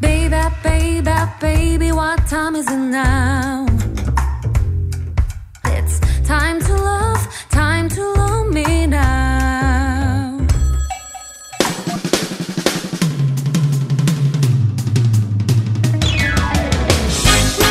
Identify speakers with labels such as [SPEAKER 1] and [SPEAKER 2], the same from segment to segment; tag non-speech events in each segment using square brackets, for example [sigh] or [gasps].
[SPEAKER 1] baby, baby, baby, what time is it now? It's time to love, time to love me now.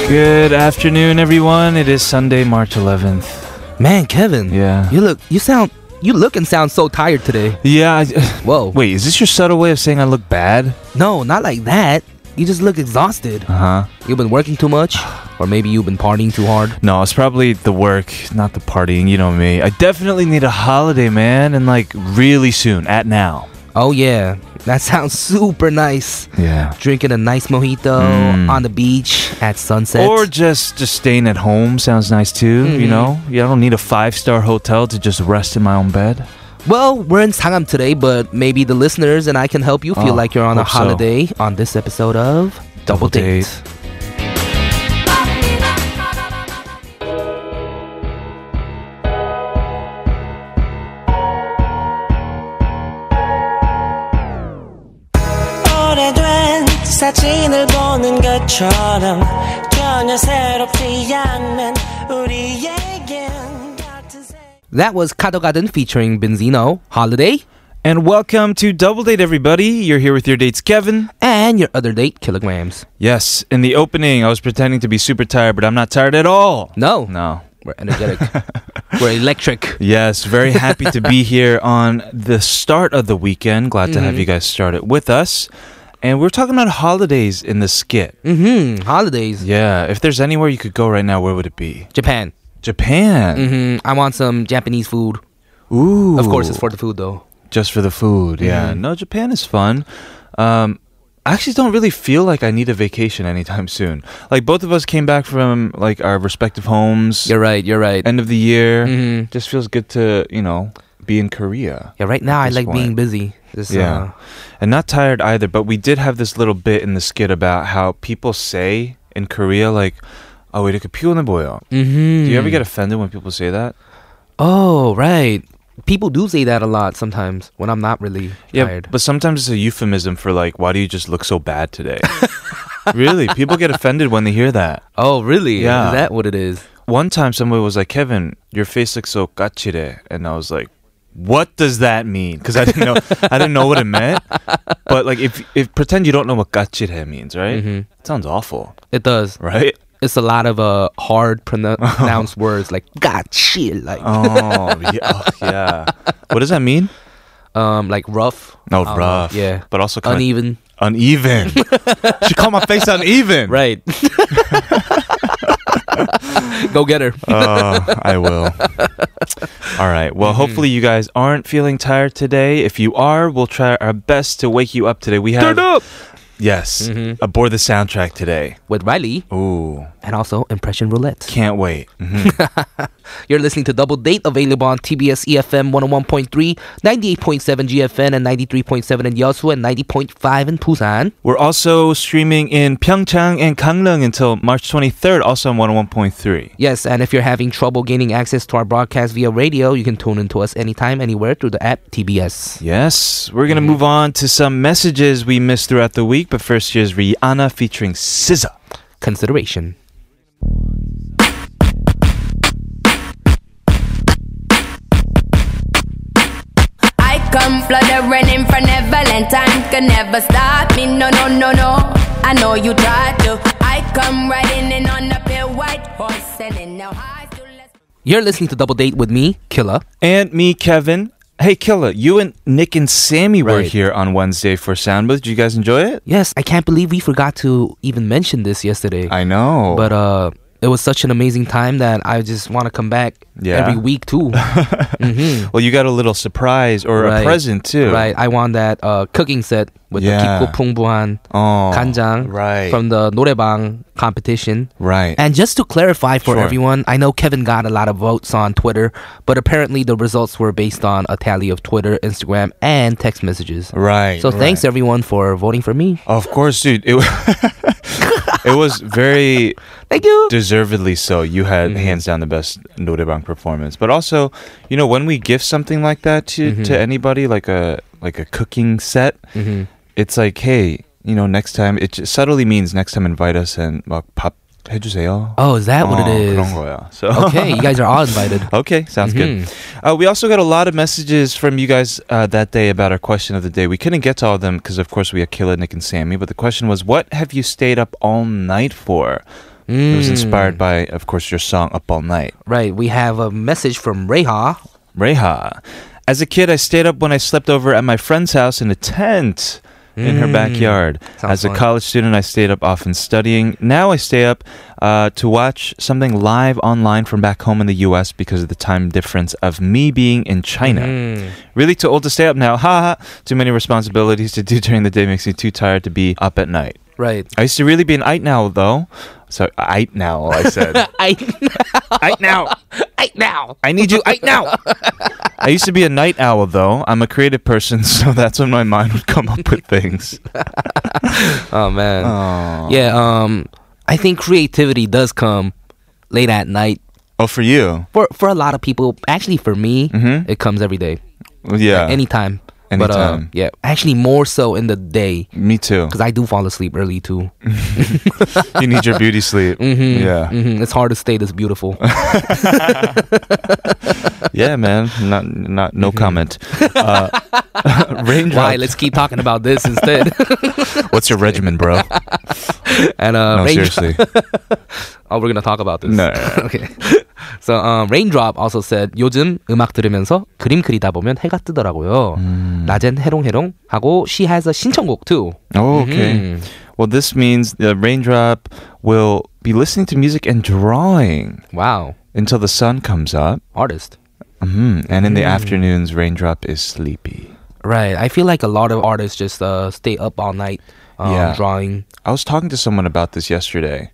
[SPEAKER 2] Good afternoon, everyone. It is Sunday, March 11th.
[SPEAKER 3] Man, Kevin.
[SPEAKER 2] Yeah.
[SPEAKER 3] You look. You sound. You look and sound so tired today.
[SPEAKER 2] Yeah. I, [sighs]
[SPEAKER 3] Whoa.
[SPEAKER 2] [laughs] wait, is this your subtle way of saying I look bad?
[SPEAKER 3] No, not like that. You just look exhausted.
[SPEAKER 2] Uh huh.
[SPEAKER 3] You've been working too much, or maybe you've been partying too hard.
[SPEAKER 2] No, it's probably the work, not the partying. You know me. I definitely need a holiday, man, and like really soon, at now.
[SPEAKER 3] Oh yeah, that [laughs] sounds super nice.
[SPEAKER 2] Yeah.
[SPEAKER 3] Drinking a nice mojito
[SPEAKER 2] Mm.
[SPEAKER 3] on the beach at sunset.
[SPEAKER 2] Or just just staying at home sounds nice too. You
[SPEAKER 3] Mhm.
[SPEAKER 2] know, yeah, I don't need a five star hotel to just rest in my own bed.
[SPEAKER 3] well, we're in Sangam today, but maybe the listeners and I can help you feel
[SPEAKER 2] Oh,
[SPEAKER 3] like you're on a
[SPEAKER 2] hope so.
[SPEAKER 3] holiday on this episode of
[SPEAKER 2] Double Date.
[SPEAKER 4] 오래된 사진을 보는 것처럼 전혀 새롭지 않는 우리에겐 같은 세
[SPEAKER 3] That was Kado Garden featuring Benzino, Holiday,
[SPEAKER 2] And welcome to Double Date, everybody. You're here with your dates, Kevin.
[SPEAKER 3] and your other date, Kilograms.
[SPEAKER 2] Yes, in the opening, I was pretending to be super tired, but I'm not tired at all.
[SPEAKER 3] No,
[SPEAKER 2] No.
[SPEAKER 3] we're energetic.
[SPEAKER 2] [laughs]
[SPEAKER 3] we're electric.
[SPEAKER 2] Yes, very happy to
[SPEAKER 3] [laughs]
[SPEAKER 2] be here on the start of the weekend. Glad to have you
[SPEAKER 3] Mm-hmm.
[SPEAKER 2] guys start it with us. And we're talking about holidays in the skit.
[SPEAKER 3] Mm-hmm. Holidays.
[SPEAKER 2] Yeah, if there's anywhere you could go right now, where would it be?
[SPEAKER 3] Japan.
[SPEAKER 2] Japan.
[SPEAKER 3] hmm I want some Japanese food.
[SPEAKER 2] Ooh.
[SPEAKER 3] Mm-hmm. Of course, it's for Mm-hmm. the food though.
[SPEAKER 2] just for the food. Yeah. No, Japan is fun. Um, I actually don't really feel like I need a vacation anytime [laughs] soon. Like both of us came back from like our respective homes.
[SPEAKER 3] You're right. You're right.
[SPEAKER 2] End of the year.
[SPEAKER 3] Mhm.
[SPEAKER 2] Just feels good to you know be in Korea.
[SPEAKER 3] Yeah, right now I
[SPEAKER 2] this
[SPEAKER 3] like being
[SPEAKER 2] point.
[SPEAKER 3] busy. uh, Just,
[SPEAKER 2] Yeah.
[SPEAKER 3] yeah.
[SPEAKER 2] And not tired either, but we did have this little bit in the skit about how people say in Korea, like, oh, 이렇게 피곤해 보여. Do
[SPEAKER 3] mm-hmm.
[SPEAKER 2] you ever get offended when people say that?
[SPEAKER 3] Oh, right. People do say that a lot sometimes when I'm not really
[SPEAKER 2] Yeah,
[SPEAKER 3] tired.
[SPEAKER 2] but sometimes it's a euphemism for, like, why do you just look so bad today? really, people get offended when they hear that.
[SPEAKER 3] oh, really?
[SPEAKER 2] Yeah.
[SPEAKER 3] Is that what it is?
[SPEAKER 2] One time somebody was like, Kevin, your face looks so 까칠해. And I was like, what does that mean? Because I didn't know, I didn't know what it meant. But like, if if pretend you don't know what 까칠해 means, right? It sounds awful,
[SPEAKER 3] It does.
[SPEAKER 2] right?
[SPEAKER 3] It's a lot of uh, hard pronou-
[SPEAKER 2] [laughs]
[SPEAKER 3] pronounced words like "god shit," like
[SPEAKER 2] Oh yeah, oh, yeah. What does that mean?
[SPEAKER 3] um, like rough.
[SPEAKER 2] No,
[SPEAKER 3] I don't know.
[SPEAKER 2] rough.
[SPEAKER 3] Yeah.
[SPEAKER 2] but also kind
[SPEAKER 3] Uneven.
[SPEAKER 2] of
[SPEAKER 3] [laughs]
[SPEAKER 2] uneven. she called my face uneven.
[SPEAKER 3] Right. [laughs] Go
[SPEAKER 2] [laughs]
[SPEAKER 3] get her.
[SPEAKER 2] Oh, I will. All right. Well,
[SPEAKER 3] Mm-hmm.
[SPEAKER 2] hopefully you guys aren't feeling tired today. If you are, we'll try our best to wake you up today. We have
[SPEAKER 3] up Mm-hmm.
[SPEAKER 2] yes, aboard the soundtrack today.
[SPEAKER 3] with Riley
[SPEAKER 2] Ooh,
[SPEAKER 3] and also Impression Roulette.
[SPEAKER 2] can't wait. Mhm.
[SPEAKER 3] You're listening to Double Date, available on TBS EFM 101.3, 98.7 GFN, and 93.7 in Yeosu, and 90.5 in Busan.
[SPEAKER 2] We're also streaming in Pyeongchang and Gangneung until March 23rd, also on 101.3.
[SPEAKER 3] Yes, and if you're having trouble gaining access to our broadcast via radio, you can tune in to us anytime, anywhere through the app TBS.
[SPEAKER 2] Yes, we're gonna move on to some messages we missed throughout the week. But first, here's Rihanna featuring SZA.
[SPEAKER 3] Consideration.
[SPEAKER 5] I come fluttering in for Neverland. Time can never stop me. No, no, no, no. I know you tried to. I come riding in on a pale white horse, and in now high to let's.
[SPEAKER 3] You're listening to Double Date with me, Killa.
[SPEAKER 2] And me, Kevin. Hey, Killa, you and Nick and Sammy were
[SPEAKER 3] Right.
[SPEAKER 2] here on Wednesday for Soundbooth. Did you guys enjoy it?
[SPEAKER 3] Yes, I can't believe we forgot to even mention this yesterday.
[SPEAKER 2] I know.
[SPEAKER 3] but uh, it was such an amazing time that I just want to come back
[SPEAKER 2] Yeah.
[SPEAKER 3] every
[SPEAKER 2] [laughs]
[SPEAKER 3] week too.
[SPEAKER 2] well, you got a little surprise or a
[SPEAKER 3] Right.
[SPEAKER 2] present too.
[SPEAKER 3] Right, I won that uh, cooking set with
[SPEAKER 2] Yeah.
[SPEAKER 3] the Kikko Pungbuhan
[SPEAKER 2] Oh,
[SPEAKER 3] Kanjang
[SPEAKER 2] Right.
[SPEAKER 3] from the Norebang competition.
[SPEAKER 2] right.
[SPEAKER 3] And just to clarify for
[SPEAKER 2] Sure.
[SPEAKER 3] everyone, I know Kevin got a lot of votes on Twitter, but apparently the results were based on a tally of Twitter, Instagram, and text messages.
[SPEAKER 2] right.
[SPEAKER 3] So thanks uh,
[SPEAKER 2] right.
[SPEAKER 3] everyone for voting for me.
[SPEAKER 2] Of course, dude. It, [laughs] it was very
[SPEAKER 3] Thank you.
[SPEAKER 2] deservedly so. You had
[SPEAKER 3] Mm-hmm.
[SPEAKER 2] hands down the best norebang performance. But also, you know, when we give something
[SPEAKER 3] Mm-hmm.
[SPEAKER 2] like that to, to anybody, like a like a cooking set, it's like, hey, you know, next time it just subtly means next time invite us and 막 밥 해주세요.
[SPEAKER 3] Oh, is that what it
[SPEAKER 2] 어,
[SPEAKER 3] is?
[SPEAKER 2] 그런 [laughs] 거야. So
[SPEAKER 3] Okay, you guys are all invited.
[SPEAKER 2] Okay, sounds
[SPEAKER 3] Mhm.
[SPEAKER 2] good. Uh, we also got a lot of messages from you guys uh, that day about our question of the day. We couldn't get to all of them because, of course, we had Killa, Nick, and Sammy. But the question was, what have you stayed up all night for? It was inspired by, of course, your song "Up All Night."
[SPEAKER 3] Right, we have a message from Reha.
[SPEAKER 2] Reha. As a kid, I stayed up when I slept over at my friend's house in a tent in her backyard.
[SPEAKER 3] Mm. Sounds
[SPEAKER 2] As a
[SPEAKER 3] fun.
[SPEAKER 2] college student, I stayed up often studying. Now I stay up uh, to watch something live online from back home in the US because of the time difference of me being in China.
[SPEAKER 3] Mm.
[SPEAKER 2] Really too old to stay up now. Ha ha. Too many responsibilities to do [laughs] during the day makes me too tired to be up at night.
[SPEAKER 3] Right.
[SPEAKER 2] I used to really be an night now though. So I now I
[SPEAKER 3] [laughs]
[SPEAKER 2] said.
[SPEAKER 3] I
[SPEAKER 2] I now.
[SPEAKER 3] right now.
[SPEAKER 2] I need you right now. I used to be a night owl, though. I'm a creative person, [laughs] so that's when my mind would come up with things.
[SPEAKER 3] [laughs] Oh man.
[SPEAKER 2] Uh-huh.
[SPEAKER 3] Yeah, um I think creativity does come late at night.
[SPEAKER 2] Oh, for you?
[SPEAKER 3] For for a lot of people, actually for me,
[SPEAKER 2] Mhm.
[SPEAKER 3] it comes every day.
[SPEAKER 2] Yeah.
[SPEAKER 3] Anytime.
[SPEAKER 2] Uh,
[SPEAKER 3] But uh,
[SPEAKER 2] Anytime.
[SPEAKER 3] yeah, actually more so in the day
[SPEAKER 2] Me too.
[SPEAKER 3] cuz I do fall asleep early too.
[SPEAKER 2] Mm-hmm. You need your beauty sleep.
[SPEAKER 3] Mhm.
[SPEAKER 2] Yeah.
[SPEAKER 3] Mhm. It's hard to stay this
[SPEAKER 2] [laughs]
[SPEAKER 3] beautiful.
[SPEAKER 2] Yeah, man. Not, not, no comment. Uh, [laughs] raindrops.
[SPEAKER 3] Why? Let's keep talking about this
[SPEAKER 2] [laughs]
[SPEAKER 3] instead.
[SPEAKER 2] What's your regimen, bro?
[SPEAKER 3] and uh
[SPEAKER 2] No,
[SPEAKER 3] raindrop-
[SPEAKER 2] seriously.
[SPEAKER 3] Oh, we're going to talk about this. [laughs]
[SPEAKER 2] No. no, no.
[SPEAKER 3] okay. So um, Raindrop also said 요즘 음악 들으면서 그림 그리다 보면 해가 뜨더라고요. 낮엔 해롱해롱 하고 she has a 신청곡 too.
[SPEAKER 2] Oh, okay.
[SPEAKER 3] Mhm.
[SPEAKER 2] Well, this means the raindrop will be listening to music and drawing
[SPEAKER 3] Wow,
[SPEAKER 2] until the sun comes up.
[SPEAKER 3] artist.
[SPEAKER 2] Mhm. And in the afternoons, raindrop is sleepy.
[SPEAKER 3] Right. I feel like a lot of artists just uh, stay up all night um,
[SPEAKER 2] Yeah.
[SPEAKER 3] drawing
[SPEAKER 2] I was talking to someone about this yesterday.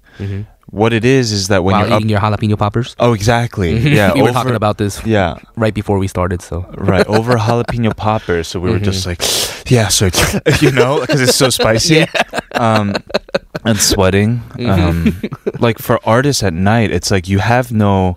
[SPEAKER 2] What it is is that when
[SPEAKER 3] while
[SPEAKER 2] Mm-hmm. you're up,
[SPEAKER 3] eating your jalapeno poppers. [laughs]
[SPEAKER 2] oh, exactly, yeah,
[SPEAKER 3] we were talking about this
[SPEAKER 2] [laughs] yeah,
[SPEAKER 3] right before we started. So [laughs]
[SPEAKER 2] right, over jalapeno poppers. So we were just like,
[SPEAKER 3] Mm-hmm.
[SPEAKER 2] yeah, so [laughs] it's- you know, because it's
[SPEAKER 3] [laughs]
[SPEAKER 2] so spicy, um, and sweating.
[SPEAKER 3] Mm-hmm.
[SPEAKER 2] Um, like for artists at night, it's like you have no.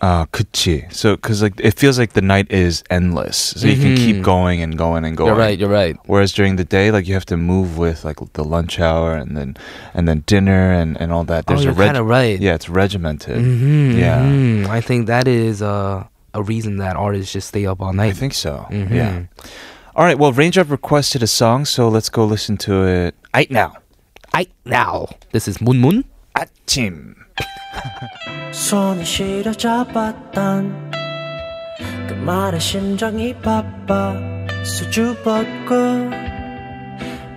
[SPEAKER 2] Uh, kuchi. So, because like it feels like the night is endless, so you can keep going and going and going.
[SPEAKER 3] Mm-hmm. you're right. You're right.
[SPEAKER 2] Whereas during the day, like you have to move with like the lunch hour and then and then dinner and, and all that.
[SPEAKER 3] oh,
[SPEAKER 2] There's a
[SPEAKER 3] you're
[SPEAKER 2] reg-
[SPEAKER 3] kind of right.
[SPEAKER 2] yeah, it's regimented.
[SPEAKER 3] Mhm,
[SPEAKER 2] Yeah.
[SPEAKER 3] mhm. I think that is uh, a reason that artists just stay up all
[SPEAKER 2] I
[SPEAKER 3] night.
[SPEAKER 2] think so.
[SPEAKER 3] Mhm.
[SPEAKER 2] Yeah. All right. Well, Raindrop requested a song, so let's go listen to it. Right now,
[SPEAKER 3] I now this is Moon Moon.
[SPEAKER 2] Tim.
[SPEAKER 4] 손이 시려 잡았던 그 말에 심장이 바빠 수줍었고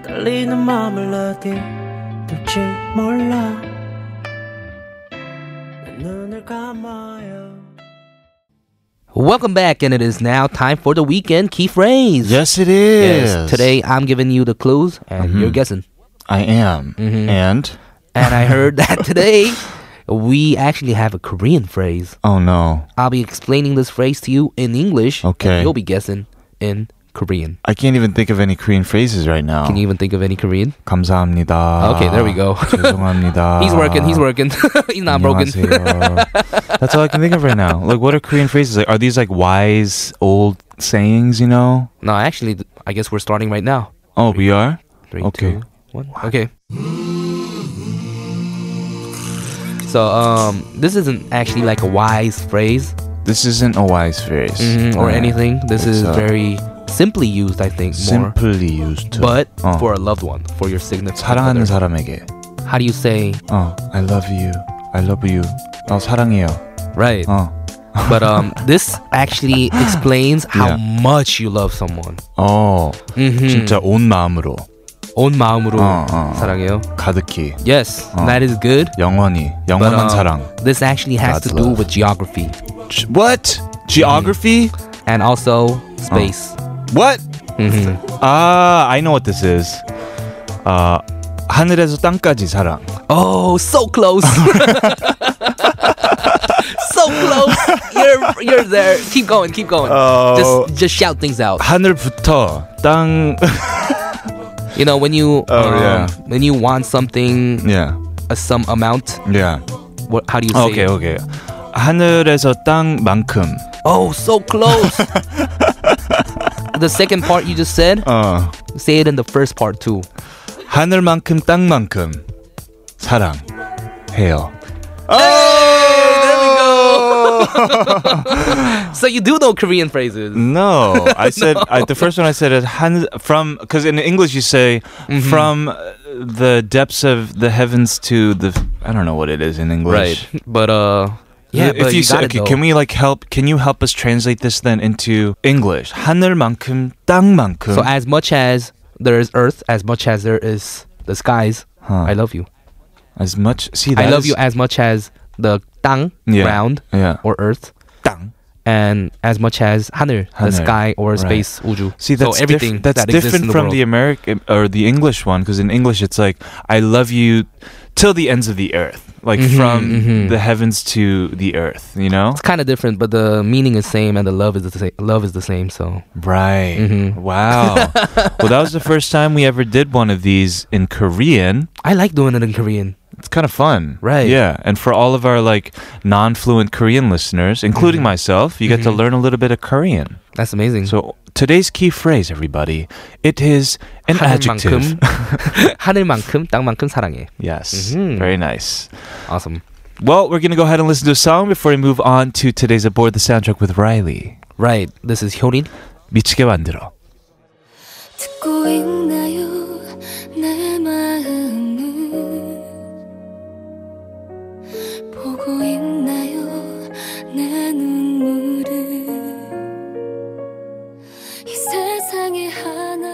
[SPEAKER 4] 떨리는 마음을 어디 둘지 몰라 내 눈을 감아요
[SPEAKER 3] Welcome back, and it is now time for the weekend key phrase.
[SPEAKER 2] Yes, it is. Mm-hmm.
[SPEAKER 3] Today I'm giving you the clues, and you're guessing.
[SPEAKER 2] I am.
[SPEAKER 3] Mm-hmm.
[SPEAKER 2] And
[SPEAKER 3] And I heard
[SPEAKER 2] [laughs]
[SPEAKER 3] that today we actually have a Korean phrase.
[SPEAKER 2] oh no,
[SPEAKER 3] I'll be explaining this phrase to you in English.
[SPEAKER 2] Okay.
[SPEAKER 3] And you'll be guessing in Korean.
[SPEAKER 2] I can't even think of any Korean phrases right now.
[SPEAKER 3] Can you even think of any Korean?
[SPEAKER 2] 감사합니다.
[SPEAKER 3] Okay, there we go.
[SPEAKER 2] 죄송합니다.
[SPEAKER 3] [laughs] he's working.
[SPEAKER 2] Ah.
[SPEAKER 3] He's working. he's not broken.
[SPEAKER 2] 안녕하세요. uh, That's all I can think of right now. Like, what are Korean phrases? Like, are these like wise old sayings? You know?
[SPEAKER 3] [laughs] no, actually, th- I guess we're starting right now.
[SPEAKER 2] Oh, we are.
[SPEAKER 3] Three,
[SPEAKER 2] Okay.
[SPEAKER 3] two, one. Okay. So um, this isn't actually like a wise phrase mm,
[SPEAKER 2] This isn't a wise phrase
[SPEAKER 3] Mm-hmm, or
[SPEAKER 2] Alright.
[SPEAKER 3] anything. This
[SPEAKER 2] It's,
[SPEAKER 3] is
[SPEAKER 2] uh,
[SPEAKER 3] very simply used, I think, more.
[SPEAKER 2] simply used. To.
[SPEAKER 3] But
[SPEAKER 2] 어.
[SPEAKER 3] for a loved one, for your significant
[SPEAKER 2] Oh. 사랑하는
[SPEAKER 3] other.
[SPEAKER 2] 사람에게.
[SPEAKER 3] How do you say
[SPEAKER 2] 어, I love you. I love you. 어, 사랑해요.
[SPEAKER 3] right?
[SPEAKER 2] 어.
[SPEAKER 3] [laughs] But um, this
[SPEAKER 2] [laughs]
[SPEAKER 3] actually explains how
[SPEAKER 2] Yeah.
[SPEAKER 3] much you love someone.
[SPEAKER 2] 어.
[SPEAKER 3] Mm-hmm.
[SPEAKER 2] 진짜 온 마음으로
[SPEAKER 3] 온 마음으로
[SPEAKER 2] 어, 어.
[SPEAKER 3] 사랑해요.
[SPEAKER 2] 가득히
[SPEAKER 3] Yes,
[SPEAKER 2] 어.
[SPEAKER 3] that is good.
[SPEAKER 2] 영원히
[SPEAKER 3] But,
[SPEAKER 2] 영원한
[SPEAKER 3] um,
[SPEAKER 2] 사랑.
[SPEAKER 3] this actually has
[SPEAKER 2] God's
[SPEAKER 3] to do
[SPEAKER 2] love.
[SPEAKER 3] with geography
[SPEAKER 2] Ge- What? Geography?
[SPEAKER 3] and
[SPEAKER 2] Uh.
[SPEAKER 3] also space.
[SPEAKER 2] What?
[SPEAKER 3] Mhm.
[SPEAKER 2] Ah, I know what this is. Uh, 하늘에서 땅까지 사랑.
[SPEAKER 3] Oh, so
[SPEAKER 2] [laughs]
[SPEAKER 3] close. so close. You're you're there. Keep going, keep going.
[SPEAKER 2] Oh.
[SPEAKER 3] Just just shout things out.
[SPEAKER 2] 하늘부터 땅. [laughs]
[SPEAKER 3] You know, when you
[SPEAKER 2] Oh,
[SPEAKER 3] um,
[SPEAKER 2] yeah.
[SPEAKER 3] when you want something
[SPEAKER 2] yeah.
[SPEAKER 3] a some amount,
[SPEAKER 2] Yeah.
[SPEAKER 3] what how do you say
[SPEAKER 2] Okay,
[SPEAKER 3] it?
[SPEAKER 2] okay. 하늘에서 땅만큼.
[SPEAKER 3] Oh,
[SPEAKER 2] [laughs]
[SPEAKER 3] so close. the second part you just said,
[SPEAKER 2] 어.
[SPEAKER 3] say it in the first part too.
[SPEAKER 2] 하늘만큼 땅만큼 사랑해요. Oh!
[SPEAKER 3] [laughs] So you do know Korean phrases.
[SPEAKER 2] [laughs] No, [laughs] I said I, the first one I said is han, from because in English you say from uh, the depths of the heavens to the I don't know what it is in English.
[SPEAKER 3] Right. But uh yeah,
[SPEAKER 2] if
[SPEAKER 3] but
[SPEAKER 2] you,
[SPEAKER 3] you,
[SPEAKER 2] say,
[SPEAKER 3] got
[SPEAKER 2] okay,
[SPEAKER 3] it,
[SPEAKER 2] can we like help? Can you help us translate this then into English? 하늘만큼 땅만큼.
[SPEAKER 3] So as much as there is earth, as much as there is the skies,
[SPEAKER 2] Huh.
[SPEAKER 3] I love you.
[SPEAKER 2] as much. See,
[SPEAKER 3] I
[SPEAKER 2] that
[SPEAKER 3] love
[SPEAKER 2] is-
[SPEAKER 3] you as much as the 땅,
[SPEAKER 2] Yeah.
[SPEAKER 3] ground
[SPEAKER 2] Yeah.
[SPEAKER 3] or earth,
[SPEAKER 2] 땅.
[SPEAKER 3] and as much as 하늘, the
[SPEAKER 2] 하늘,
[SPEAKER 3] sky or
[SPEAKER 2] right.
[SPEAKER 3] space, 우주.
[SPEAKER 2] See, that's
[SPEAKER 3] so everything
[SPEAKER 2] diff- that's
[SPEAKER 3] that exists
[SPEAKER 2] different
[SPEAKER 3] in the
[SPEAKER 2] from
[SPEAKER 3] world.
[SPEAKER 2] the American or the English one because in English it's like I love you till the ends of the earth, like
[SPEAKER 3] Mhm,
[SPEAKER 2] from
[SPEAKER 3] mhm.
[SPEAKER 2] the heavens to the earth. You know,
[SPEAKER 3] It's kind of different, but the meaning is same and the love is the same. Love is the same. So
[SPEAKER 2] right?
[SPEAKER 3] Mhm.
[SPEAKER 2] Wow.
[SPEAKER 3] [laughs]
[SPEAKER 2] well, that was the first time we ever did one of these in Korean.
[SPEAKER 3] I like doing it in Korean.
[SPEAKER 2] It's kind of fun,
[SPEAKER 3] Right.
[SPEAKER 2] Yeah, and for all of our like non-fluent Korean listeners, including
[SPEAKER 3] Mm-hmm.
[SPEAKER 2] myself, you get to learn a little bit of Korean.
[SPEAKER 3] That's amazing.
[SPEAKER 2] So today's key phrase, everybody, it is an adjective. [laughs]
[SPEAKER 3] 하늘만큼 [laughs] 하늘만큼 땅만큼 사랑해.
[SPEAKER 2] Yes,
[SPEAKER 3] Mhm.
[SPEAKER 2] very nice.
[SPEAKER 3] Awesome.
[SPEAKER 2] Well, we're going to go ahead and listen to a song before we move on to today's Aboard the Soundtrack with Riley.
[SPEAKER 3] Right. This is 효린.
[SPEAKER 2] 미치게 만들어.
[SPEAKER 1] 듣고 있나요 내 마음을 보고 있나요 내 눈물을 이 세상에 하나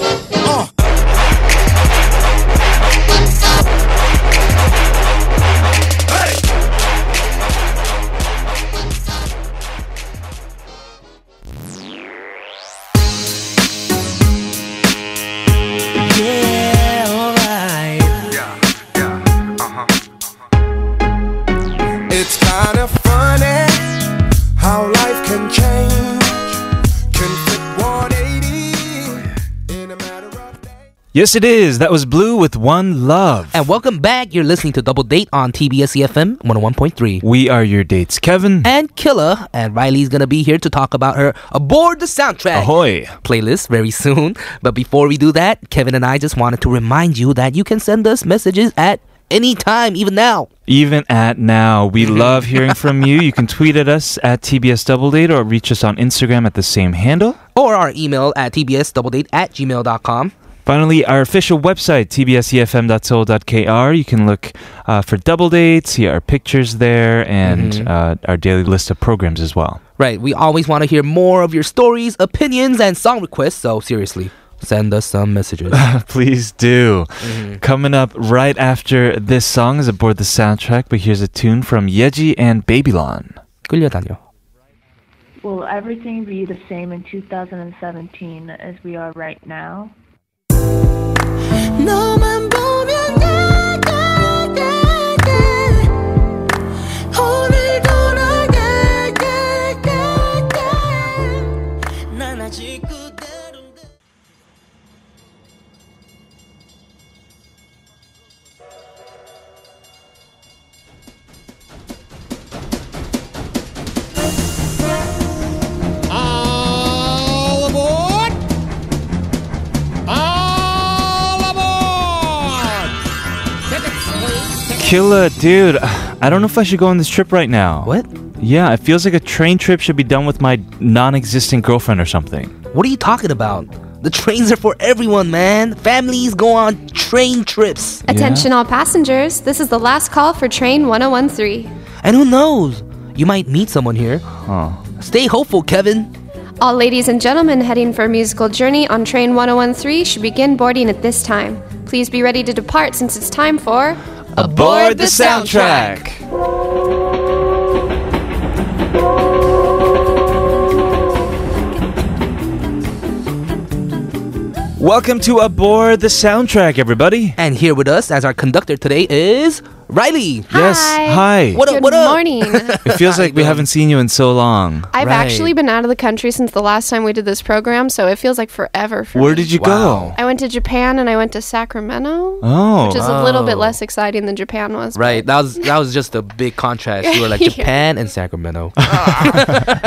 [SPEAKER 4] Yeah, alright.
[SPEAKER 6] Uh-huh. It's kind of funny how life can change. Can flip 180 in a matter of days.
[SPEAKER 2] Yes, it is. That was Blue with One Love.
[SPEAKER 3] And welcome back. You're listening to Double Date on TBS EFM 101.3.
[SPEAKER 2] We are your dates, Kevin.
[SPEAKER 3] And Killa and Riley's gonna be here to talk about her aboard the soundtrack.
[SPEAKER 2] Ahoy.
[SPEAKER 3] playlist very [laughs] soon. But before we do that, Kevin and I just wanted to remind you that you can send us messages at any time, even now.
[SPEAKER 2] even at now. [laughs] We love hearing from you. You can tweet at us at TBS Double Date or reach us on Instagram at the same handle.
[SPEAKER 3] Or our email at tbsdoubledate at gmail.com.
[SPEAKER 2] Finally, our official website, tbsefm.soul.kr. You can look uh, for Double Date, see our pictures there, and uh, our daily list of programs as well.
[SPEAKER 3] Right, we always want to hear more of your stories, opinions, and song requests, so seriously, send us
[SPEAKER 2] [laughs]
[SPEAKER 3] some messages.
[SPEAKER 2] [laughs] Please do. Coming up right after this song is aboard the soundtrack, but here's a tune from Yeji and Babylon.
[SPEAKER 3] 끌려다녀.
[SPEAKER 7] Will everything be the same in 2017 as we are right now?
[SPEAKER 1] 너만 보면 나가게 오늘도 나가게
[SPEAKER 4] 난 아직 그대로인데.
[SPEAKER 6] All aboard! All aboard!
[SPEAKER 2] Killa, dude, [sighs] I don't know if I should go on this trip right now.
[SPEAKER 3] What?
[SPEAKER 2] Yeah, it feels like a train trip should be done with my non existent girlfriend or something.
[SPEAKER 3] What are you talking about? The trains are for everyone, man. Families go on train trips.
[SPEAKER 8] Attention all passengers, this is the last call for train 1013.
[SPEAKER 3] And who knows? You might meet someone here. Stay hopeful, Kevin.
[SPEAKER 8] All ladies and gentlemen heading for a musical journey on train 1013 should begin boarding at this time. Please be ready to depart since it's time for
[SPEAKER 2] Aboard the soundtrack! Welcome to Aboard the Soundtrack, everybody.
[SPEAKER 3] And here with us as our conductor today is Riley.
[SPEAKER 2] Yes. Hi.
[SPEAKER 3] What up,
[SPEAKER 8] Good
[SPEAKER 3] what up?
[SPEAKER 8] morning.
[SPEAKER 2] It feels like
[SPEAKER 3] [laughs]
[SPEAKER 2] we haven't seen you in so long.
[SPEAKER 8] I've
[SPEAKER 3] Right.
[SPEAKER 8] actually been out of the country since the last time we did this program, so it feels like forever. For
[SPEAKER 2] Where
[SPEAKER 8] me.
[SPEAKER 2] did you go?
[SPEAKER 3] Wow.
[SPEAKER 8] I went to Japan and I went to Sacramento,
[SPEAKER 2] Oh.
[SPEAKER 8] which is a little bit
[SPEAKER 3] wow.
[SPEAKER 8] less exciting than Japan was. but
[SPEAKER 3] Right. That was that was just a big contrast. You were
[SPEAKER 2] [laughs]
[SPEAKER 3] like
[SPEAKER 8] Yeah.
[SPEAKER 3] Japan and Sacramento.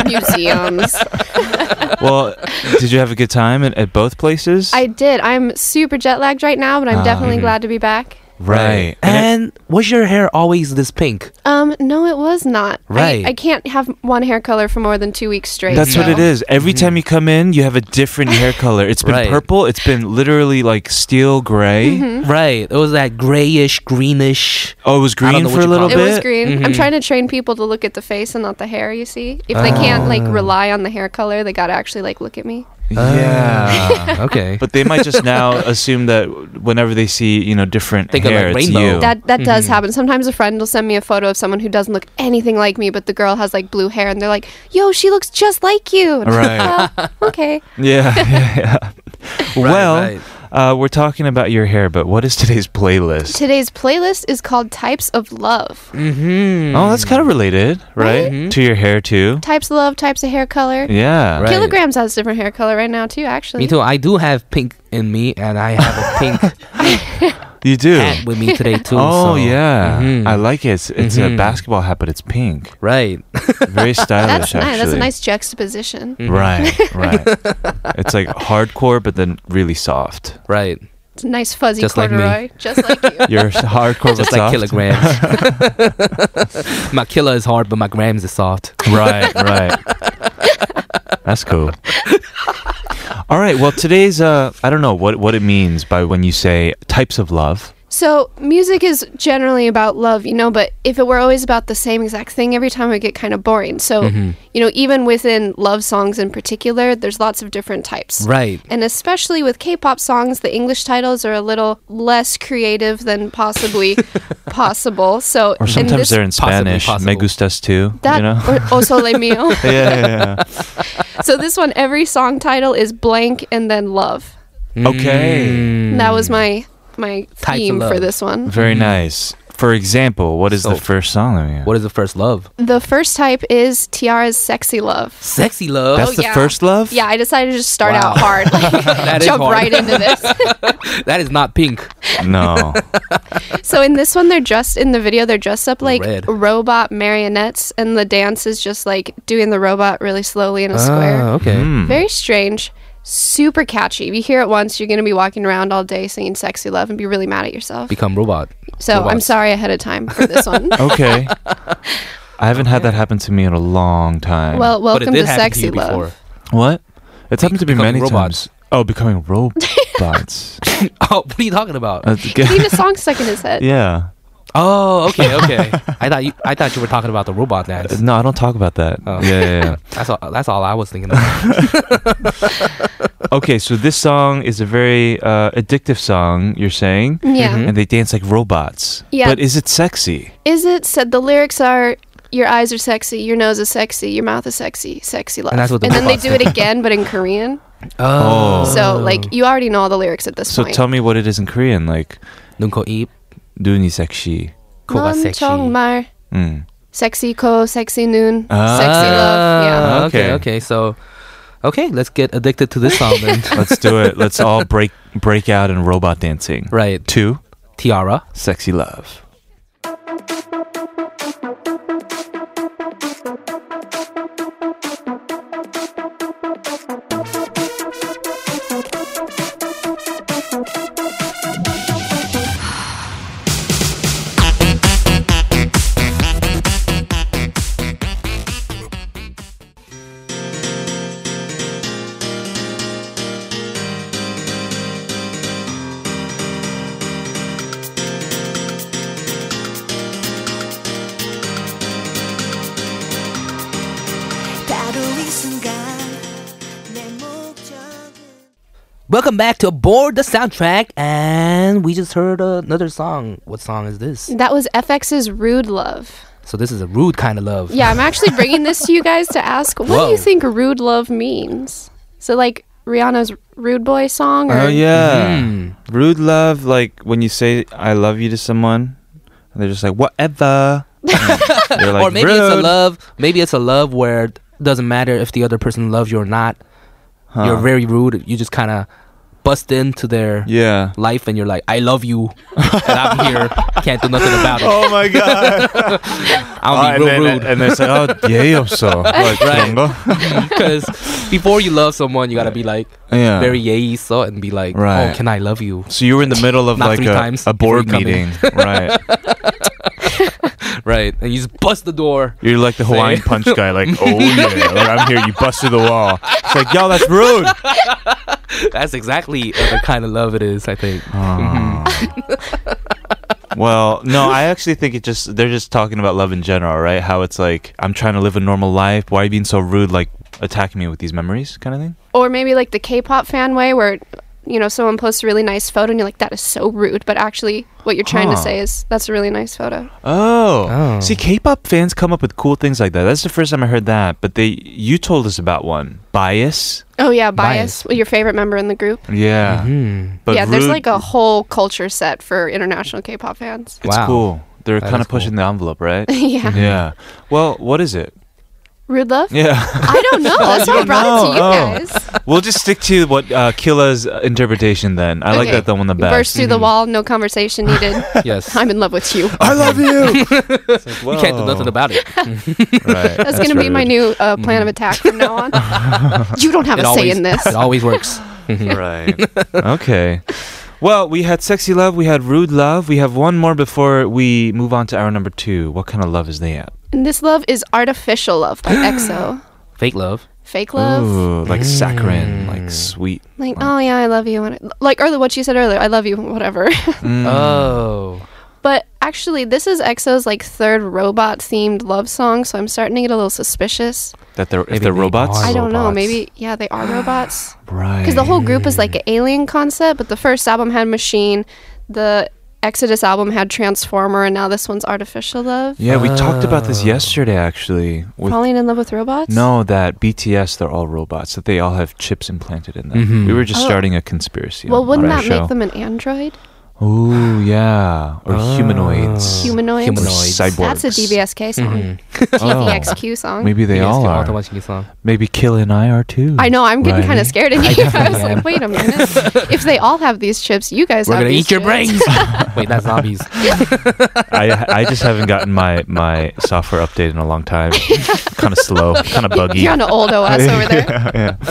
[SPEAKER 8] Museums.
[SPEAKER 2] uh, well, did you have a good time at, at both places?
[SPEAKER 8] I did. I'm super jet lagged right now, but I'm
[SPEAKER 2] Ah.
[SPEAKER 8] definitely
[SPEAKER 2] Mhm.
[SPEAKER 8] glad to be back.
[SPEAKER 2] [laughs] right.
[SPEAKER 3] And was your hair always this pink?
[SPEAKER 8] Um, no, it was not. I-
[SPEAKER 3] Right.
[SPEAKER 8] I, can't have one hair color for more than two weeks straight.
[SPEAKER 2] That's what it
[SPEAKER 8] so-
[SPEAKER 2] is. Every time you come in, you have a different hair color. It's been
[SPEAKER 3] Mm-hmm. Right.
[SPEAKER 2] purple. It's been literally like steel gray.
[SPEAKER 8] Mm-hmm.
[SPEAKER 3] Right. It was that grayish, greenish.
[SPEAKER 2] Oh, it was
[SPEAKER 3] I don't
[SPEAKER 2] green
[SPEAKER 3] know
[SPEAKER 2] for a
[SPEAKER 3] what you
[SPEAKER 2] little
[SPEAKER 8] It
[SPEAKER 2] bit.
[SPEAKER 8] was green. I'm
[SPEAKER 3] Mhm.
[SPEAKER 8] trying to train people to look at the face and not the hair. You see, if they can't like rely on the hair color, they gotta actually like look at me.
[SPEAKER 3] Oh.
[SPEAKER 2] Yeah.
[SPEAKER 3] Ah, [laughs] okay.
[SPEAKER 2] but they might just now assume that whenever they see you know different
[SPEAKER 3] Think of,
[SPEAKER 2] hair,
[SPEAKER 3] like,
[SPEAKER 2] it's
[SPEAKER 3] rainbow.
[SPEAKER 2] you.
[SPEAKER 8] That that does happen. Sometimes a friend will send me a photo of someone who doesn't look anything like me, but the girl has like blue hair, and they're like, "Yo, she looks just like you." And I'm like,
[SPEAKER 2] Right.
[SPEAKER 8] "Oh, okay.
[SPEAKER 2] yeah. [laughs] yeah, yeah.
[SPEAKER 3] Right,
[SPEAKER 2] well,
[SPEAKER 3] right.
[SPEAKER 2] Uh, we're talking about your hair, but what is today's playlist?
[SPEAKER 8] Today's playlist is called Types of Love.
[SPEAKER 3] Mm-hmm.
[SPEAKER 2] Oh, that's kind of related, right?
[SPEAKER 3] Mhm.
[SPEAKER 2] To your hair too.
[SPEAKER 8] Types of love, types of hair color.
[SPEAKER 2] Yeah.
[SPEAKER 3] Right.
[SPEAKER 8] Kilograms has different hair color right now too. Actually,
[SPEAKER 3] Me too. I do have pink in me, and I have a
[SPEAKER 2] [laughs]
[SPEAKER 3] pink
[SPEAKER 2] You do.
[SPEAKER 3] hat with me today too.
[SPEAKER 2] Oh
[SPEAKER 3] so-
[SPEAKER 2] yeah,
[SPEAKER 3] Mhm.
[SPEAKER 2] I like it. It's, it's
[SPEAKER 3] Mhm.
[SPEAKER 2] a basketball hat, but it's pink.
[SPEAKER 3] Right. [laughs]
[SPEAKER 2] Very stylish,
[SPEAKER 8] That's nice. That's a
[SPEAKER 2] actually.
[SPEAKER 8] nice juxtaposition.
[SPEAKER 2] Right, right. it's like hardcore, but then really soft.
[SPEAKER 3] Right.
[SPEAKER 8] It's a nice fuzzy
[SPEAKER 3] Just like me.
[SPEAKER 8] corduroy, [laughs] just like
[SPEAKER 2] [laughs]
[SPEAKER 8] you.
[SPEAKER 2] You're hardcore,
[SPEAKER 3] Just
[SPEAKER 2] but
[SPEAKER 3] like
[SPEAKER 2] soft. [laughs]
[SPEAKER 3] kilograms. [laughs] my killer is hard, but my grams is soft.
[SPEAKER 2] Right, right. That's cool. All right. Well, today's uh, I don't know what what it means by when you say types of love.
[SPEAKER 8] So music is generally about love, you know. But if it were always about the same exact thing every time, it would get kind of boring. So
[SPEAKER 2] Mm-hmm.
[SPEAKER 8] you know, even within love songs in particular, there's lots of different types.
[SPEAKER 3] Right.
[SPEAKER 8] And especially with K-pop songs, the English titles are a little less creative than
[SPEAKER 2] [laughs]
[SPEAKER 8] possibly possible. So
[SPEAKER 2] Or
[SPEAKER 8] in
[SPEAKER 2] sometimes
[SPEAKER 8] this-
[SPEAKER 2] they're in
[SPEAKER 3] Possibly
[SPEAKER 2] Spanish.
[SPEAKER 3] possible.
[SPEAKER 2] Me gustas too.
[SPEAKER 8] [laughs] that
[SPEAKER 2] you know.
[SPEAKER 8] or O Sole Mio.
[SPEAKER 2] [laughs] yeah, yeah,
[SPEAKER 8] so this one, every song title is blank and then love.
[SPEAKER 2] yeah. Okay.
[SPEAKER 3] Mm.
[SPEAKER 8] And That was my my
[SPEAKER 3] Types of
[SPEAKER 8] theme for
[SPEAKER 3] love.
[SPEAKER 8] this one.
[SPEAKER 2] Very nice. For example, what is the
[SPEAKER 3] Mm-hmm. So-
[SPEAKER 2] first song? that we have?
[SPEAKER 3] What is the first love?
[SPEAKER 8] The first type is Tiara's "Sexy Love."
[SPEAKER 3] Sexy love.
[SPEAKER 2] That's the
[SPEAKER 8] Oh, yeah.
[SPEAKER 2] first love.
[SPEAKER 8] Yeah, I decided to just start
[SPEAKER 3] Wow.
[SPEAKER 8] out hard,
[SPEAKER 3] [laughs] That is
[SPEAKER 8] like, jump
[SPEAKER 3] hard.
[SPEAKER 8] right into this. [laughs]
[SPEAKER 3] that is not pink.
[SPEAKER 2] No.
[SPEAKER 8] so in this one, they're dressed in the video. They're dressed up like
[SPEAKER 3] Red.
[SPEAKER 8] robot marionettes, and the dance is just like doing the robot really slowly in a square.
[SPEAKER 3] Ah, okay.
[SPEAKER 2] Hmm.
[SPEAKER 8] Very strange. Super catchy. If you hear it once, you're going to be walking around all day singing sexy love and be really mad at yourself.
[SPEAKER 3] Become robot.
[SPEAKER 8] So I'm
[SPEAKER 3] robots.
[SPEAKER 8] sorry ahead of time for this
[SPEAKER 3] [laughs]
[SPEAKER 8] one.
[SPEAKER 2] Okay. I haven't had that happen to me in a long time.
[SPEAKER 8] well,
[SPEAKER 3] But it
[SPEAKER 8] welcome
[SPEAKER 3] did
[SPEAKER 8] to
[SPEAKER 3] happen
[SPEAKER 8] sexy
[SPEAKER 3] you
[SPEAKER 8] love.
[SPEAKER 3] before.
[SPEAKER 2] what? It's happened to me
[SPEAKER 3] becoming
[SPEAKER 2] many
[SPEAKER 3] robots.
[SPEAKER 2] times. Oh, becoming
[SPEAKER 8] [laughs]
[SPEAKER 2] robots.
[SPEAKER 3] [laughs] Oh, what are you talking about?
[SPEAKER 2] Uh,
[SPEAKER 8] He had a song stuck in his
[SPEAKER 3] [laughs]
[SPEAKER 2] [laughs]
[SPEAKER 8] head.
[SPEAKER 2] yeah.
[SPEAKER 3] oh, okay,
[SPEAKER 2] [laughs]
[SPEAKER 3] okay. I thought you. I thought you were talking about the robot
[SPEAKER 2] Uh,
[SPEAKER 3] dance.
[SPEAKER 2] No, I don't talk about that.
[SPEAKER 3] Oh.
[SPEAKER 2] Yeah, yeah,
[SPEAKER 3] That's all. That's all I was thinking about.
[SPEAKER 2] yeah. okay, so this song is a very uh, addictive song, you're saying?
[SPEAKER 8] Yeah.
[SPEAKER 3] Mm-hmm.
[SPEAKER 2] And they dance like robots.
[SPEAKER 8] Mm-hmm. Yeah.
[SPEAKER 2] But is it sexy?
[SPEAKER 8] Is it said the lyrics are your eyes are sexy, your nose is sexy, your mouth is sexy, sexy love.
[SPEAKER 3] And that's what the
[SPEAKER 8] then they
[SPEAKER 3] robots
[SPEAKER 8] do it again, but in
[SPEAKER 3] [laughs]
[SPEAKER 8] Korean.
[SPEAKER 2] [laughs] Oh.
[SPEAKER 8] So like you already know all the lyrics at this
[SPEAKER 2] So
[SPEAKER 8] point.
[SPEAKER 2] tell me what it is in Korean. Like,
[SPEAKER 3] 눈코 입
[SPEAKER 2] 눈이 sexy.
[SPEAKER 3] 코가
[SPEAKER 8] 넌
[SPEAKER 3] 섹시.
[SPEAKER 8] 정말
[SPEAKER 2] Mm.
[SPEAKER 8] sexy ko, sexy noon,
[SPEAKER 2] Ah.
[SPEAKER 8] sexy love. Yeah.
[SPEAKER 3] Ah, Okay.
[SPEAKER 2] Okay.
[SPEAKER 3] Okay. So, okay, let's get addicted to this song
[SPEAKER 2] [laughs]
[SPEAKER 3] then.
[SPEAKER 2] Let's do
[SPEAKER 3] [laughs]
[SPEAKER 2] it. Let's all break break out in robot dancing.
[SPEAKER 3] right.
[SPEAKER 2] Two,
[SPEAKER 3] Tiara.
[SPEAKER 2] sexy love.
[SPEAKER 4] 바로 이 순간 내 목적은
[SPEAKER 3] Welcome back to Aboard the Soundtrack, and we just heard another song. What song is this?
[SPEAKER 8] That was FX's Rude Love.
[SPEAKER 3] So this is a rude kind of love. [laughs]
[SPEAKER 8] Yeah, I'm actually bringing this to you guys to ask what do
[SPEAKER 3] Whoa.
[SPEAKER 8] you think rude love means? So, like Rihanna's Rude Boy song?
[SPEAKER 2] Oh
[SPEAKER 8] Or
[SPEAKER 2] yeah,
[SPEAKER 3] Mm.
[SPEAKER 2] rude love. Like when you say "I love you" to someone, and they're just like whatever. And they're like,
[SPEAKER 3] or maybe it's a
[SPEAKER 2] "Rude."
[SPEAKER 3] love. Maybe it's a love where it doesn't matter if the other person loves you or not.
[SPEAKER 2] Huh.
[SPEAKER 3] You're very rude. You just kind of bust into their
[SPEAKER 2] yeah.
[SPEAKER 3] [laughs] life, and you're like, "I love you, [laughs] and I'm here. Can't do nothing about it.
[SPEAKER 2] Oh my god!
[SPEAKER 3] I'll
[SPEAKER 2] Uh,
[SPEAKER 3] be
[SPEAKER 2] and,
[SPEAKER 3] real
[SPEAKER 2] then,
[SPEAKER 3] [laughs] rude."
[SPEAKER 2] and they say, "Oh, yeah, 없어." Like, 그런 거?
[SPEAKER 3] Because before you love someone, you gotta be like
[SPEAKER 2] Yeah.
[SPEAKER 3] very yay so and be like, "Oh,
[SPEAKER 2] Right.
[SPEAKER 3] can I love you?"
[SPEAKER 2] So you were in the middle of
[SPEAKER 3] Not
[SPEAKER 2] like
[SPEAKER 3] three
[SPEAKER 2] a,
[SPEAKER 3] times
[SPEAKER 2] a board
[SPEAKER 3] before you come
[SPEAKER 2] meeting,
[SPEAKER 3] in.
[SPEAKER 2] [laughs] right?
[SPEAKER 3] Right, and you just bust the door.
[SPEAKER 2] You're like the Hawaiian
[SPEAKER 3] Say-
[SPEAKER 2] punch guy, [laughs] like, oh yeah, like I'm here. You bust through the wall. It's like, yo, that's rude.
[SPEAKER 3] That's exactly uh, the kind of love it is. I think.
[SPEAKER 2] well, no, I actually think it just they're just talking about love in general, right? How it's like I'm trying to live a normal life. Why are you being so rude? Like attacking me with these memories, kind of thing.
[SPEAKER 8] Or maybe like the K-pop fan way where you know someone posts a really nice photo and you're like that is so rude, but actually what you're trying to
[SPEAKER 2] Huh.
[SPEAKER 8] say is that's a really nice photo.
[SPEAKER 2] Oh.
[SPEAKER 3] Oh.
[SPEAKER 2] see, K-pop fans come up with cool things like that. That's the first time I heard that. But they, you told us about one bias.
[SPEAKER 8] Oh yeah,
[SPEAKER 3] Bias.
[SPEAKER 8] bias. Your favorite member in the group.
[SPEAKER 2] Yeah,
[SPEAKER 3] Hmm.
[SPEAKER 2] but
[SPEAKER 8] Mm-hmm. yeah, there's
[SPEAKER 2] rude-
[SPEAKER 8] like a whole culture set for international K-pop fans.
[SPEAKER 2] It's
[SPEAKER 3] Wow.
[SPEAKER 2] cool. They're
[SPEAKER 3] That
[SPEAKER 2] kind
[SPEAKER 3] is
[SPEAKER 2] of
[SPEAKER 3] cool.
[SPEAKER 2] pushing the envelope, right?
[SPEAKER 8] [laughs] yeah.
[SPEAKER 2] yeah. Well, what is it?
[SPEAKER 8] Rude love?
[SPEAKER 2] Yeah.
[SPEAKER 8] I don't know. That's why I brought it to you
[SPEAKER 2] know. Oh.
[SPEAKER 8] guys.
[SPEAKER 2] [laughs] we'll just stick to what uh, Kila's interpretation then. I like
[SPEAKER 8] Okay.
[SPEAKER 2] that the one the best. Mm-hmm.
[SPEAKER 8] Burst through the wall, no conversation needed.
[SPEAKER 2] [laughs]
[SPEAKER 3] Yes.
[SPEAKER 8] I'm in love with you.
[SPEAKER 2] I love
[SPEAKER 8] [laughs]
[SPEAKER 2] you.
[SPEAKER 3] you can't do
[SPEAKER 2] Oh.
[SPEAKER 3] nothing about it.
[SPEAKER 2] Right.
[SPEAKER 8] That's, going to be my new uh,
[SPEAKER 2] Mm-hmm.
[SPEAKER 8] plan of attack from now on.
[SPEAKER 2] [laughs]
[SPEAKER 8] you don't have
[SPEAKER 3] It
[SPEAKER 8] a say
[SPEAKER 3] always,
[SPEAKER 8] in this.
[SPEAKER 3] it always works.
[SPEAKER 2] right. [laughs] Okay. Well, we had sexy love, we had rude love. We have one more before we move on to our number two. What kind of love is that?
[SPEAKER 8] And this love is Artificial
[SPEAKER 2] [gasps]
[SPEAKER 8] Love by EXO.
[SPEAKER 3] Fake love.
[SPEAKER 8] Fake love.
[SPEAKER 2] Ooh, like saccharine, like sweet.
[SPEAKER 8] Like, oh yeah, I love you. and- Like, or what you said earlier, I love you, [laughs] whatever.
[SPEAKER 2] Mm-hmm. Mm.
[SPEAKER 3] Oh.
[SPEAKER 8] but actually, this is EXO's like third robot themed love song, so I'm starting to get a little suspicious.
[SPEAKER 2] That they're
[SPEAKER 3] Maybe
[SPEAKER 2] if they're
[SPEAKER 3] they
[SPEAKER 2] robots,
[SPEAKER 3] are
[SPEAKER 8] I don't know.
[SPEAKER 3] robots.
[SPEAKER 8] Maybe, yeah, they
[SPEAKER 2] [sighs]
[SPEAKER 8] are robots.
[SPEAKER 2] right?
[SPEAKER 8] Because the whole group is like an alien concept, but the first album had Machine, the Exodus album had Transformer, and now this one's Artificial Love.
[SPEAKER 2] yeah, we talked about this yesterday actually. With
[SPEAKER 8] Falling in love with robots?
[SPEAKER 2] no, that BTS they're all robots. That they all have chips implanted in them.
[SPEAKER 3] Mhm.
[SPEAKER 2] We were just
[SPEAKER 8] Oh.
[SPEAKER 2] starting a conspiracy.
[SPEAKER 8] Well,
[SPEAKER 2] on-
[SPEAKER 8] wouldn't
[SPEAKER 2] on our
[SPEAKER 8] that
[SPEAKER 2] show.
[SPEAKER 8] make them an android?
[SPEAKER 2] Ooh, yeah, or humanoids.
[SPEAKER 8] Humanoids?
[SPEAKER 2] Or
[SPEAKER 3] Humanoids.
[SPEAKER 2] cyborgs.
[SPEAKER 8] That's a DBSK song. E
[SPEAKER 2] Oh.
[SPEAKER 8] DBXQ song.
[SPEAKER 2] Maybe they
[SPEAKER 3] Yes,
[SPEAKER 2] all
[SPEAKER 3] the
[SPEAKER 2] are.
[SPEAKER 3] automatic song.
[SPEAKER 2] Maybe Kill and I are too.
[SPEAKER 8] I know, I'm getting kind
[SPEAKER 2] Right?
[SPEAKER 3] [laughs]
[SPEAKER 8] of scared in here. [laughs] I, was
[SPEAKER 3] am.
[SPEAKER 8] like, wait a
[SPEAKER 3] [laughs]
[SPEAKER 8] minute. if they all have these chips, you guys
[SPEAKER 3] We're
[SPEAKER 8] have
[SPEAKER 3] gonna
[SPEAKER 8] these
[SPEAKER 3] eat your
[SPEAKER 8] chips.
[SPEAKER 3] [laughs] brains.
[SPEAKER 8] [laughs]
[SPEAKER 3] Wait, that's zombies.
[SPEAKER 2] [laughs] I I just haven't gotten my my software update in a long
[SPEAKER 8] [laughs]
[SPEAKER 2] time. kind of slow, kind of buggy.
[SPEAKER 8] You're on
[SPEAKER 3] [laughs]
[SPEAKER 8] an old OS over there.
[SPEAKER 2] [laughs]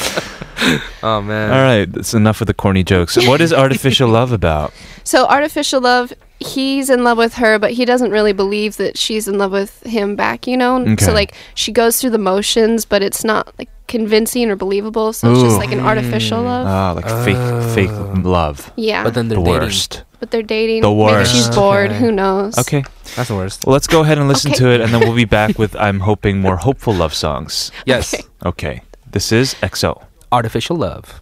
[SPEAKER 2] Yeah.
[SPEAKER 3] Oh man.
[SPEAKER 2] All right, that's enough of the corny jokes. What
[SPEAKER 8] [laughs]
[SPEAKER 2] is artificial love about?
[SPEAKER 8] So artificial love, he's in love with her, but he doesn't really believe that she's in love with him back, you know?
[SPEAKER 2] Okay.
[SPEAKER 8] So like she goes through the motions, but it's not like convincing or believable, so it's
[SPEAKER 2] Ooh.
[SPEAKER 8] just like an artificial love.
[SPEAKER 2] Ah, like fake fake love.
[SPEAKER 8] yeah.
[SPEAKER 3] Uh, But then
[SPEAKER 2] the
[SPEAKER 3] they're dating.
[SPEAKER 2] worst.
[SPEAKER 8] but they're dating.
[SPEAKER 2] The
[SPEAKER 8] Maybe she's
[SPEAKER 3] worst.
[SPEAKER 8] bored,
[SPEAKER 3] Okay.
[SPEAKER 8] who knows?
[SPEAKER 2] Okay,
[SPEAKER 3] That's the worst.
[SPEAKER 2] well, let's go ahead and listen
[SPEAKER 8] Okay.
[SPEAKER 2] to it, and then we'll be back with I'm hoping more hopeful love songs.
[SPEAKER 3] Yes.
[SPEAKER 2] Okay, this is XO.
[SPEAKER 3] Artificial love.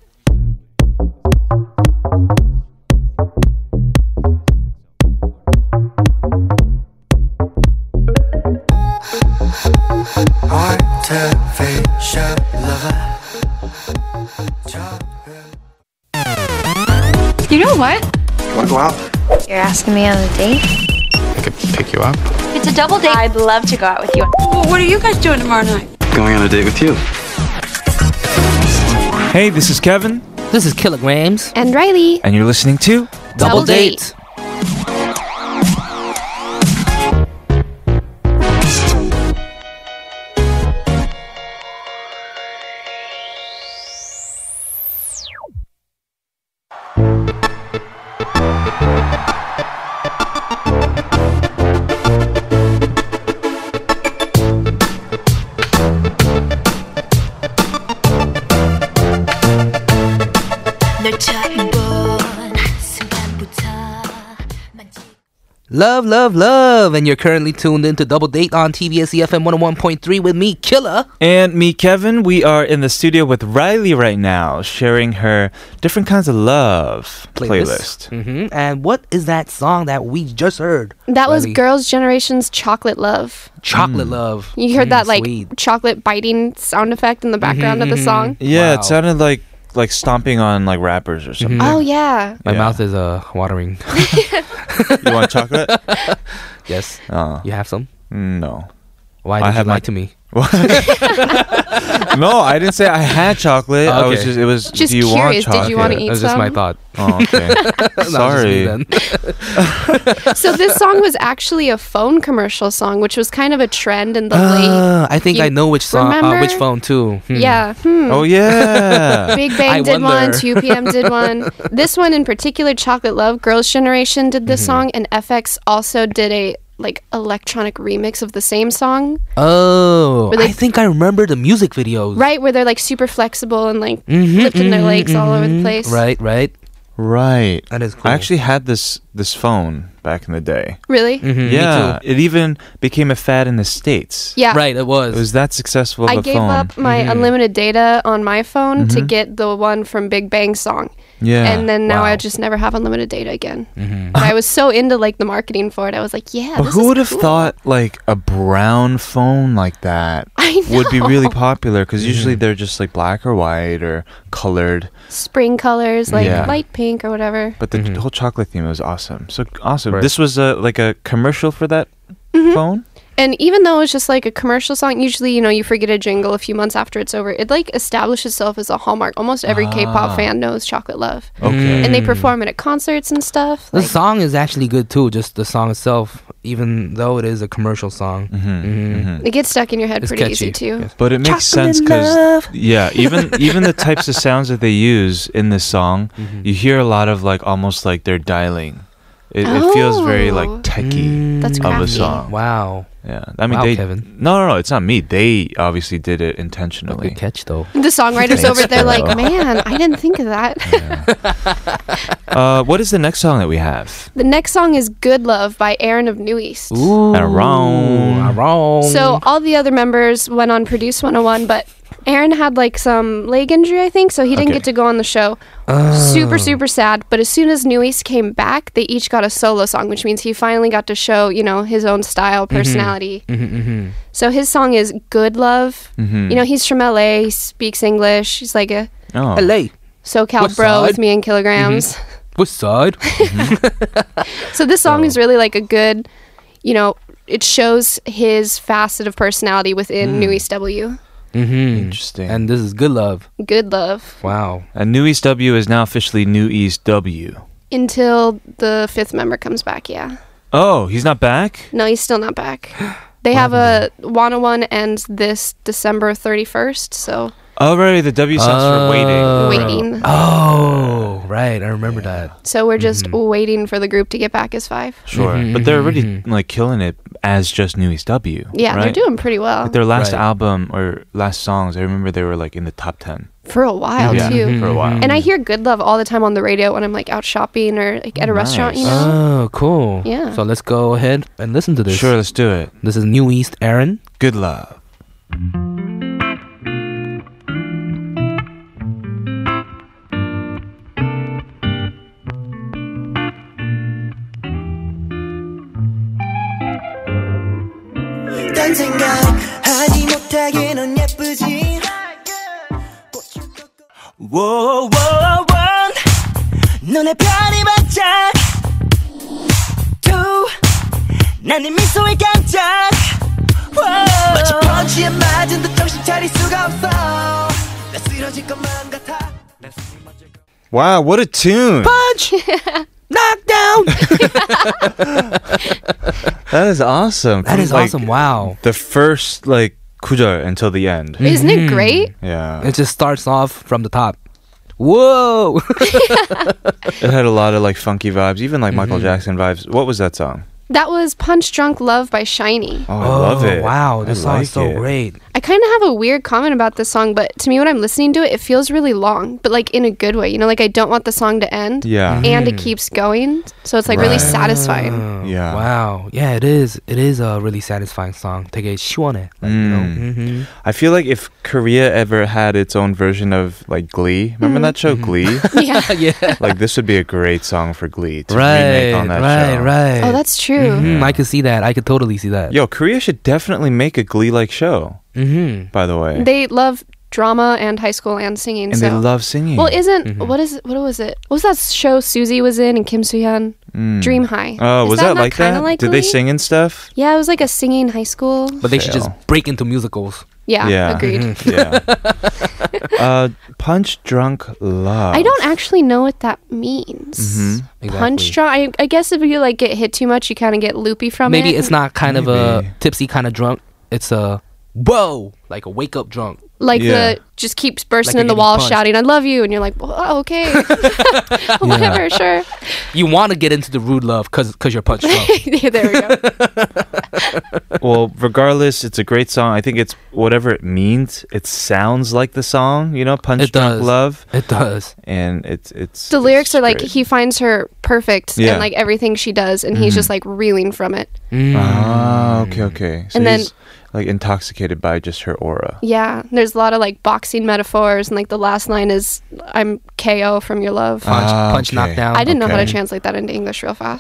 [SPEAKER 6] Artificial lover.
[SPEAKER 9] You know what?
[SPEAKER 6] Wanna go out?
[SPEAKER 10] You're asking me on a date?
[SPEAKER 6] Pick you up.
[SPEAKER 10] It's a double date. I'd love to go out with you.
[SPEAKER 9] Well, what are you guys doing tomorrow night?
[SPEAKER 6] Going on a date with you.
[SPEAKER 2] Hey, this is Kevin,
[SPEAKER 3] This is kilograms.
[SPEAKER 8] And Riley.
[SPEAKER 2] and you're listening to
[SPEAKER 8] Double date.
[SPEAKER 4] 널 처음 본 순간부터 만지
[SPEAKER 3] Love, love, love. And you're currently tuned into Double Date on TBS EFM 101.3 with me, Killer.
[SPEAKER 2] And me, Kevin, we are in the studio with Riley right now, sharing her different kinds of love playlist.
[SPEAKER 3] hmm And what is that song that we just heard?
[SPEAKER 8] That was
[SPEAKER 3] Riley.
[SPEAKER 8] Girls' Generation's Chocolate Love.
[SPEAKER 3] Chocolate Love.
[SPEAKER 8] You heard
[SPEAKER 3] Mm,
[SPEAKER 8] that like
[SPEAKER 3] sweet. Mm-hmm,
[SPEAKER 8] chocolate biting sound effect in the background of the song?
[SPEAKER 2] Yeah,
[SPEAKER 3] Wow. Mm-hmm.
[SPEAKER 2] it sounded like like stomping on like rappers or something.
[SPEAKER 8] Oh yeah.
[SPEAKER 3] My mouth is uh
[SPEAKER 8] [laughs]
[SPEAKER 3] watering.
[SPEAKER 2] You want chocolate?
[SPEAKER 3] [laughs] yes.
[SPEAKER 2] Uh,
[SPEAKER 3] You have some?
[SPEAKER 2] No. [laughs]
[SPEAKER 3] Why
[SPEAKER 2] I
[SPEAKER 3] did you
[SPEAKER 2] have
[SPEAKER 3] lie
[SPEAKER 2] my-
[SPEAKER 3] to me?
[SPEAKER 2] No, I didn't say I had chocolate. I was
[SPEAKER 3] Okay.
[SPEAKER 2] just it was
[SPEAKER 8] Just
[SPEAKER 2] do you want
[SPEAKER 8] curious,
[SPEAKER 2] chocolate?
[SPEAKER 8] did you wanna
[SPEAKER 3] That
[SPEAKER 8] eat
[SPEAKER 3] was just my
[SPEAKER 8] some?
[SPEAKER 3] thought.
[SPEAKER 2] Oh,
[SPEAKER 8] [laughs]
[SPEAKER 2] okay. Sorry.
[SPEAKER 3] That was just me then.
[SPEAKER 8] So
[SPEAKER 3] [laughs]
[SPEAKER 8] this song was actually a phone commercial song, which was kind of a trend in the
[SPEAKER 3] Ah, I think
[SPEAKER 8] You
[SPEAKER 3] I know which song, uh, which phone
[SPEAKER 8] remember?
[SPEAKER 3] too. Hmm.
[SPEAKER 8] late. Yeah. Hmm.
[SPEAKER 2] Oh yeah.
[SPEAKER 8] [laughs] Big
[SPEAKER 3] I
[SPEAKER 8] Bang did one,
[SPEAKER 3] wonder.
[SPEAKER 8] 2 PM did
[SPEAKER 3] [laughs]
[SPEAKER 8] one. This one in particular, Chocolate Love, Girls' Generation did
[SPEAKER 3] Mm-hmm.
[SPEAKER 8] this song, and FX also did a like electronic remix of the same song,
[SPEAKER 3] Oh,
[SPEAKER 8] Were they-
[SPEAKER 3] I think I remember the music videos.
[SPEAKER 8] right? Where they're like super flexible and like lifting their legs all over the place.
[SPEAKER 3] Mm-hmm, Right, right.
[SPEAKER 2] Right.
[SPEAKER 3] That is cool.
[SPEAKER 2] I actually had this this phone back in the day.
[SPEAKER 8] Really?
[SPEAKER 3] Mhm, me
[SPEAKER 2] yeah. It even became a fad in the states.
[SPEAKER 8] Yeah.
[SPEAKER 3] too. Right, it was.
[SPEAKER 2] It was that successful of
[SPEAKER 8] I
[SPEAKER 2] a
[SPEAKER 8] gave
[SPEAKER 2] phone. Mm-hmm.
[SPEAKER 8] up my unlimited data on my phone to get the one from Big Bang Song.
[SPEAKER 2] yeah. Mm-hmm.
[SPEAKER 8] and then now
[SPEAKER 3] wow.
[SPEAKER 8] I just never have unlimited data again.
[SPEAKER 3] Mm-hmm.
[SPEAKER 8] But I was so into like the marketing for it. I was like, yeah.
[SPEAKER 2] but
[SPEAKER 8] this
[SPEAKER 2] who
[SPEAKER 8] is
[SPEAKER 2] would have
[SPEAKER 8] cool.
[SPEAKER 2] thought like a brown phone like that
[SPEAKER 8] [laughs] I
[SPEAKER 2] would be really
[SPEAKER 8] know.
[SPEAKER 2] popular? Because usually they're just like black or white or colored.
[SPEAKER 8] spring colors like
[SPEAKER 2] Yeah.
[SPEAKER 8] light pink or whatever?
[SPEAKER 2] But the whole chocolate theme was awesome. So awesome.
[SPEAKER 3] Right.
[SPEAKER 2] This was a like a commercial for that
[SPEAKER 8] Mm-hmm.
[SPEAKER 2] phone.
[SPEAKER 8] And even though it's just like a commercial song, usually you know you forget a jingle a few months after it's over. It like established itself as a hallmark. Almost every
[SPEAKER 2] Ah.
[SPEAKER 8] K-pop fan knows "Chocolate Love,"
[SPEAKER 2] Okay.
[SPEAKER 8] and they perform it at concerts and stuff.
[SPEAKER 3] the
[SPEAKER 8] Like,
[SPEAKER 3] song is actually good too, just the song itself, even though it is a commercial song. Mhm.
[SPEAKER 8] it gets stuck in your head
[SPEAKER 3] It's
[SPEAKER 8] pretty
[SPEAKER 3] catchy.
[SPEAKER 8] easy too.
[SPEAKER 3] Yes.
[SPEAKER 2] But it makes sense
[SPEAKER 3] Chocolate
[SPEAKER 2] because
[SPEAKER 3] love.
[SPEAKER 2] yeah,
[SPEAKER 8] [laughs]
[SPEAKER 2] even even the types of sounds that they use in this song, you hear a lot of like almost like they're dialing. It, it feels very like
[SPEAKER 8] Oh.
[SPEAKER 2] techie
[SPEAKER 8] That's
[SPEAKER 2] of
[SPEAKER 8] crafty.
[SPEAKER 2] a song.
[SPEAKER 3] Wow.
[SPEAKER 2] Yeah, I mean
[SPEAKER 3] Wow,
[SPEAKER 2] they.
[SPEAKER 3] Kevin.
[SPEAKER 2] No, no, no, it's not me. They obviously did it
[SPEAKER 3] Good
[SPEAKER 2] intentionally.
[SPEAKER 3] catch though.
[SPEAKER 8] The songwriters
[SPEAKER 2] Thanks,
[SPEAKER 8] over there, like,
[SPEAKER 2] Carol.
[SPEAKER 8] man, I didn't think of
[SPEAKER 3] [laughs]
[SPEAKER 8] that.
[SPEAKER 2] Uh, what is the next song that we have?
[SPEAKER 8] the next song is "Good Love" by Aaron of New East.
[SPEAKER 3] Ooh.
[SPEAKER 2] Around.
[SPEAKER 3] Around.
[SPEAKER 8] So all the other members went on Produce 101, but Aaron had like some leg injury, I think, so he didn't
[SPEAKER 2] Okay.
[SPEAKER 8] get to go on the show.
[SPEAKER 3] Ah. Oh.
[SPEAKER 8] Super, super sad. But as soon as New East came back, they each got a solo song, which means he finally got to show, you know, his own style,
[SPEAKER 3] Mm-hmm.
[SPEAKER 8] personality. So his song is Good Love.
[SPEAKER 3] Mm-hmm.
[SPEAKER 8] You know, he's from LA, he speaks English. He's like a
[SPEAKER 2] Oh.
[SPEAKER 3] LA.
[SPEAKER 8] SoCal
[SPEAKER 3] West
[SPEAKER 8] bro
[SPEAKER 3] side.
[SPEAKER 8] with
[SPEAKER 3] Mm-hmm.
[SPEAKER 8] me and kilograms.
[SPEAKER 3] West
[SPEAKER 8] [laughs]
[SPEAKER 3] side.
[SPEAKER 8] So this song is really like a good, you know, it shows his facet of personality
[SPEAKER 2] Hmm.
[SPEAKER 8] within New East W.
[SPEAKER 3] mm-hmm.
[SPEAKER 2] Interesting. And,
[SPEAKER 3] And this is good love.
[SPEAKER 8] Good Love.
[SPEAKER 3] Wow.
[SPEAKER 2] New East W is now officially New East W.
[SPEAKER 8] until the fifth member comes back. Yeah,
[SPEAKER 2] Oh, he's not back.
[SPEAKER 8] no, he's still not
[SPEAKER 2] [gasps]
[SPEAKER 8] back. They have a Wanna One ends this December thirty first, so
[SPEAKER 2] Already, Oh, the W stands for waiting.
[SPEAKER 8] waiting.
[SPEAKER 3] Oh, right. I remember that.
[SPEAKER 8] So we're just
[SPEAKER 2] Mm-hmm.
[SPEAKER 8] waiting for the group to get back as five.
[SPEAKER 2] Sure, but they're already like killing it as just New East W.
[SPEAKER 8] Yeah, they're
[SPEAKER 2] right?
[SPEAKER 8] doing pretty well
[SPEAKER 2] Like, their last
[SPEAKER 3] Right.
[SPEAKER 2] album or last songs. I remember they were like in the top ten.
[SPEAKER 8] for a while
[SPEAKER 2] yeah, Mm-hmm. Mm.
[SPEAKER 8] too. Mm-hmm.
[SPEAKER 2] for a while.
[SPEAKER 8] And I hear "Good Love" all the time on the radio when I'm like out shopping or like at a restaurant. You
[SPEAKER 2] nice.
[SPEAKER 8] know,
[SPEAKER 3] Oh, cool.
[SPEAKER 8] Yeah.
[SPEAKER 3] So let's go ahead and listen to this.
[SPEAKER 2] sure, let's do it.
[SPEAKER 3] This is New East Aaron.
[SPEAKER 2] Good love.
[SPEAKER 6] 딴 생각 하지 못하기는 예쁘지 Whoa, whoa, one. 눈에 별이 반짝 Two. 난네 미소에 깜짝 Whoa. 마치 펀치에 맞은 듯 정신 차릴 수가 없어 나 쓰러질 것만 같아
[SPEAKER 2] Wow, what a tune!
[SPEAKER 3] Punch! Knock down!
[SPEAKER 2] That is awesome.
[SPEAKER 3] That
[SPEAKER 2] From,
[SPEAKER 3] is
[SPEAKER 2] like,
[SPEAKER 3] awesome. Wow.
[SPEAKER 2] The first like kujar until the end.
[SPEAKER 8] isn't it
[SPEAKER 2] mm-hmm.
[SPEAKER 8] great?
[SPEAKER 2] Yeah,
[SPEAKER 3] It just starts off from the top. Whoa!
[SPEAKER 2] it had a lot of like funky vibes, even like Michael
[SPEAKER 3] Mm-hmm.
[SPEAKER 2] Jackson vibes. What was that song?
[SPEAKER 8] That was "Punch Drunk Love" by Shiny.
[SPEAKER 3] [laughs]
[SPEAKER 2] Oh, I love it.
[SPEAKER 3] Wow, this
[SPEAKER 2] I
[SPEAKER 3] song
[SPEAKER 2] like
[SPEAKER 3] is so
[SPEAKER 2] it.
[SPEAKER 3] great.
[SPEAKER 8] I kind of have a weird comment about this song, but to me, when I'm listening to it, it feels really long, but like in a good way. You know, like I don't want the song to end.
[SPEAKER 2] Yeah.
[SPEAKER 3] Mm-hmm.
[SPEAKER 8] And it keeps going. So it's like really
[SPEAKER 2] Right.
[SPEAKER 3] [laughs]
[SPEAKER 8] satisfying.
[SPEAKER 2] Yeah.
[SPEAKER 3] Oh, Wow. Yeah, it is. It is a really satisfying song. 되게 시원해. Like, you know.
[SPEAKER 2] Mm.
[SPEAKER 8] [laughs]
[SPEAKER 3] Mhm.
[SPEAKER 2] I feel like if Korea ever had its own version of like Glee, remember that show
[SPEAKER 3] Mm-hmm. [laughs]
[SPEAKER 2] Glee?
[SPEAKER 8] yeah.
[SPEAKER 3] [laughs] yeah.
[SPEAKER 2] like this would be a great song for Glee to
[SPEAKER 3] Right.
[SPEAKER 2] remake on that
[SPEAKER 3] right.
[SPEAKER 2] show.
[SPEAKER 3] Right.
[SPEAKER 8] Oh, that's true.
[SPEAKER 3] Mhm, I could see that. I could totally see that.
[SPEAKER 2] Yo, Korea should definitely make a Glee like show.
[SPEAKER 3] Mm-hmm.
[SPEAKER 2] By the way,
[SPEAKER 8] They love drama and high school and singing.
[SPEAKER 2] And
[SPEAKER 8] so.
[SPEAKER 2] they love singing.
[SPEAKER 8] Well, isn't
[SPEAKER 2] Mhm.
[SPEAKER 8] what is what was it? What was that show Susie was in and Kim Soo Hyun?
[SPEAKER 2] Mm.
[SPEAKER 8] Dream High.
[SPEAKER 2] Oh,
[SPEAKER 8] Is
[SPEAKER 2] was
[SPEAKER 8] that
[SPEAKER 2] that,
[SPEAKER 8] not
[SPEAKER 2] like
[SPEAKER 8] kinda
[SPEAKER 2] that?
[SPEAKER 8] like
[SPEAKER 2] Did they
[SPEAKER 8] Glee?
[SPEAKER 2] sing and stuff?
[SPEAKER 8] Yeah, it was like a singing high school.
[SPEAKER 3] But they should just break into musicals.
[SPEAKER 8] Yeah, agreed.
[SPEAKER 2] Mm-hmm. Mhm. [laughs] yeah. Uh, punch drunk love.
[SPEAKER 8] I don't actually know what that means.
[SPEAKER 2] Mhm.
[SPEAKER 8] Punch drunk. I, I guess if you like get hit too much, you kind of get loopy from it.
[SPEAKER 3] Maybe it's not kind of a tipsy kind of drunk. It's a whoa, like a wake up drunk.
[SPEAKER 8] like the just keeps bursting
[SPEAKER 3] Like
[SPEAKER 8] in
[SPEAKER 3] you're
[SPEAKER 8] the wall
[SPEAKER 3] getting punched.
[SPEAKER 8] shouting "I love you" and you're like, well, oh,
[SPEAKER 3] [laughs]
[SPEAKER 8] okay, [laughs] whatever, sure. [laughs]
[SPEAKER 3] You want to get into the rude love because cause you're punch drunk.
[SPEAKER 8] there we go.
[SPEAKER 2] well, regardless, it's a great song. I think it's whatever it means. It sounds like the song, you know, punch
[SPEAKER 3] It
[SPEAKER 2] drunk
[SPEAKER 3] does.
[SPEAKER 2] love.
[SPEAKER 3] It does.
[SPEAKER 2] And it's it's
[SPEAKER 8] The lyrics are like
[SPEAKER 2] great.
[SPEAKER 8] he finds her perfect
[SPEAKER 2] Yeah.
[SPEAKER 8] and like everything she does, and
[SPEAKER 3] Mm-hmm.
[SPEAKER 8] he's
[SPEAKER 2] Mhm.
[SPEAKER 8] just like reeling from it.
[SPEAKER 3] Mm.
[SPEAKER 2] Ah, okay, okay. So
[SPEAKER 8] And then-
[SPEAKER 2] he's like intoxicated by just her aura.
[SPEAKER 8] Yeah, there's a lot of like boxing metaphors, and like the last line is "I'm KO from your love."
[SPEAKER 3] Punch,
[SPEAKER 2] Ah, okay.
[SPEAKER 3] punch knockdown.
[SPEAKER 8] I didn't know how to
[SPEAKER 2] okay. [laughs]
[SPEAKER 8] translate that into English real
[SPEAKER 3] [laughs]
[SPEAKER 8] fast.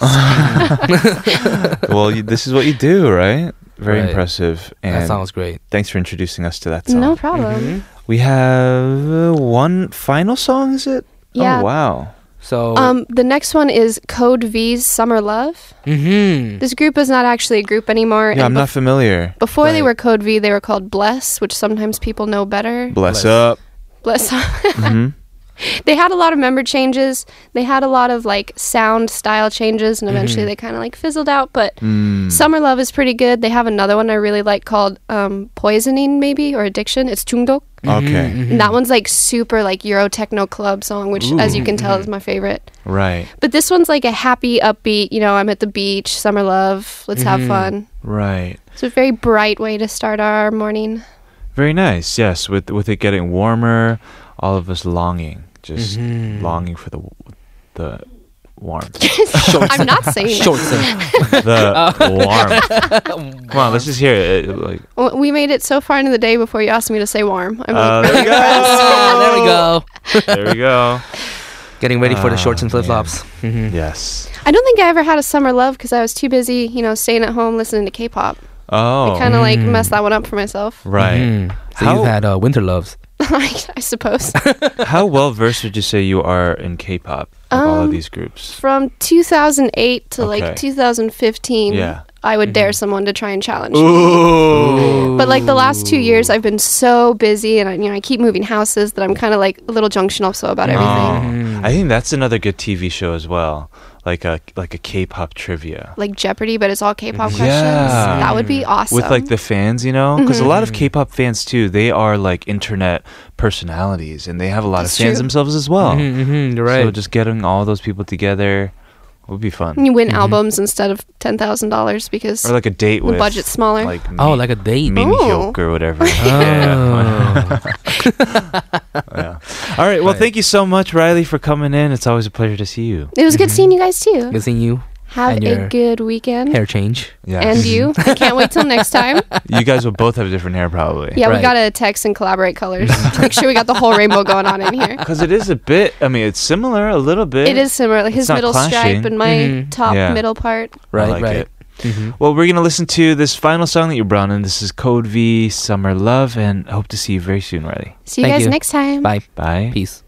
[SPEAKER 2] well, you, this is what you do, right? Very
[SPEAKER 3] Right.
[SPEAKER 2] impressive. And
[SPEAKER 3] That sounds great.
[SPEAKER 2] Thanks for introducing us to that song.
[SPEAKER 8] no problem.
[SPEAKER 3] Mm-hmm.
[SPEAKER 2] We have uh, one final song, is it?
[SPEAKER 8] Yeah.
[SPEAKER 2] Oh, wow.
[SPEAKER 3] So,
[SPEAKER 8] Um, the next one is Code V's "Summer Love."
[SPEAKER 3] mhm.
[SPEAKER 8] This group is not actually a group anymore.
[SPEAKER 2] Yeah, I'm
[SPEAKER 8] and
[SPEAKER 2] not familiar.
[SPEAKER 8] Before they
[SPEAKER 3] Right.
[SPEAKER 8] were Code V, they were called Bless, which sometimes people know better.
[SPEAKER 2] Bless,
[SPEAKER 3] Bless.
[SPEAKER 2] up.
[SPEAKER 8] Bless. [laughs]
[SPEAKER 2] hmm
[SPEAKER 8] they had a lot of member changes. They had a lot of like sound style changes, and
[SPEAKER 2] Mm-hmm.
[SPEAKER 8] eventually they kind of like fizzled out. But
[SPEAKER 2] Mm.
[SPEAKER 8] Summer Love is pretty good. They have another one I really like called um, Poisoning, maybe or Addiction. It's Chungdok.
[SPEAKER 2] Mm-hmm. Okay.
[SPEAKER 8] And that one's like super like Euro techno club song, which as you can tell is my favorite.
[SPEAKER 2] Right.
[SPEAKER 8] But this one's like a happy, upbeat. You know, I'm at the beach, summer love. Let's
[SPEAKER 2] Mm-hmm.
[SPEAKER 8] have fun.
[SPEAKER 2] Right.
[SPEAKER 8] It's a very bright way to start
[SPEAKER 2] [laughs]
[SPEAKER 8] our morning.
[SPEAKER 2] Very nice. Yes, with with it getting warmer, all of us longing, just longing for the the [laughs] warmth.
[SPEAKER 8] I'm
[SPEAKER 2] [laughs]
[SPEAKER 8] not saying
[SPEAKER 3] short sentence.
[SPEAKER 8] [laughs]
[SPEAKER 2] the warmth. [laughs] Come on, let's just hear it. It- Like,
[SPEAKER 8] it. We made it so far into the day before you asked me to say warm.
[SPEAKER 2] uh,
[SPEAKER 8] I'm like,
[SPEAKER 2] there we
[SPEAKER 3] Ah, there we
[SPEAKER 2] go.
[SPEAKER 3] go.
[SPEAKER 2] [laughs] there we go.
[SPEAKER 3] Getting ready for the shorts and
[SPEAKER 2] Ah, man.
[SPEAKER 3] flip flops.
[SPEAKER 2] Yes.
[SPEAKER 8] I don't think I ever had a summer love because I was too busy, you know, staying at home listening to K-pop.
[SPEAKER 2] Oh.
[SPEAKER 8] I kind of like messed that one up for myself, [laughs]
[SPEAKER 2] right.
[SPEAKER 3] Mm-hmm. So
[SPEAKER 2] How-
[SPEAKER 3] you've had uh, winter loves.
[SPEAKER 8] I, I
[SPEAKER 2] [laughs]
[SPEAKER 8] suppose.
[SPEAKER 2] How well versed would you say you are in K-pop? Of all of
[SPEAKER 8] Um,
[SPEAKER 2] these groups.
[SPEAKER 8] From 2008 to
[SPEAKER 2] Okay.
[SPEAKER 8] like 2015,
[SPEAKER 2] Yeah.
[SPEAKER 8] I would dare someone to try and challenge.
[SPEAKER 2] Ooh.
[SPEAKER 3] Mm-hmm,
[SPEAKER 8] But like the last two years, I've been so busy, and I, you know, I keep moving houses that I'm kind of like a little junction also about everything,
[SPEAKER 2] Oh. I think that's another good TV show as well, like a like a K-pop trivia.
[SPEAKER 8] like Jeopardy, but it's all K-pop questions.
[SPEAKER 2] Yeah.
[SPEAKER 8] That would be awesome. Mm-hmm.
[SPEAKER 2] with like the fans, you know, because a lot of K-pop fans too, they are like internet personalities, and they have a lot
[SPEAKER 8] That's
[SPEAKER 2] of fans
[SPEAKER 8] true.
[SPEAKER 2] themselves as well.
[SPEAKER 3] Mm-hmm, you're
[SPEAKER 2] Oh. So just getting all those people together would be fun,
[SPEAKER 8] you win albums instead of ten thousand dollars because
[SPEAKER 2] Mm-hmm. or like a date
[SPEAKER 8] The
[SPEAKER 2] with
[SPEAKER 8] budget's smaller.
[SPEAKER 2] like
[SPEAKER 3] oh, like a date. Oh.
[SPEAKER 2] Min
[SPEAKER 8] Oh.
[SPEAKER 2] Hyuk or
[SPEAKER 8] [laughs]
[SPEAKER 2] whatever. Yeah. yeah. [laughs] All right. Well, thank you so much, Riley, for coming in. It's always a pleasure to see you.
[SPEAKER 8] it was good seeing you guys too.
[SPEAKER 3] Missing you. And
[SPEAKER 8] Have a
[SPEAKER 3] your
[SPEAKER 8] good weekend.
[SPEAKER 3] Hair change.
[SPEAKER 8] and
[SPEAKER 2] [laughs]
[SPEAKER 8] you. I can't wait till next time.
[SPEAKER 2] you guys will both have different hair, probably. [laughs]
[SPEAKER 8] Yeah,
[SPEAKER 3] Right.
[SPEAKER 8] we gotta text and collaborate colors. to Make sure we got the whole rainbow going on in here.
[SPEAKER 2] Because it is a bit. I mean, it's similar a little bit.
[SPEAKER 8] It is similar. Like
[SPEAKER 2] It's
[SPEAKER 8] his
[SPEAKER 2] not
[SPEAKER 8] middle
[SPEAKER 2] clashing.
[SPEAKER 8] stripe and my
[SPEAKER 3] Mhm.
[SPEAKER 8] top
[SPEAKER 2] Yeah.
[SPEAKER 8] middle part.
[SPEAKER 2] I
[SPEAKER 3] Right,
[SPEAKER 2] like
[SPEAKER 3] right. Mm-hmm.
[SPEAKER 2] it. Well, we're gonna listen to this final song that you brought in. This is Code V, "Summer Love," and hope to see you very soon, Riley.
[SPEAKER 8] See you
[SPEAKER 3] Thank
[SPEAKER 8] guys
[SPEAKER 3] you.
[SPEAKER 8] next time.
[SPEAKER 3] Bye.
[SPEAKER 2] Bye.
[SPEAKER 3] Peace.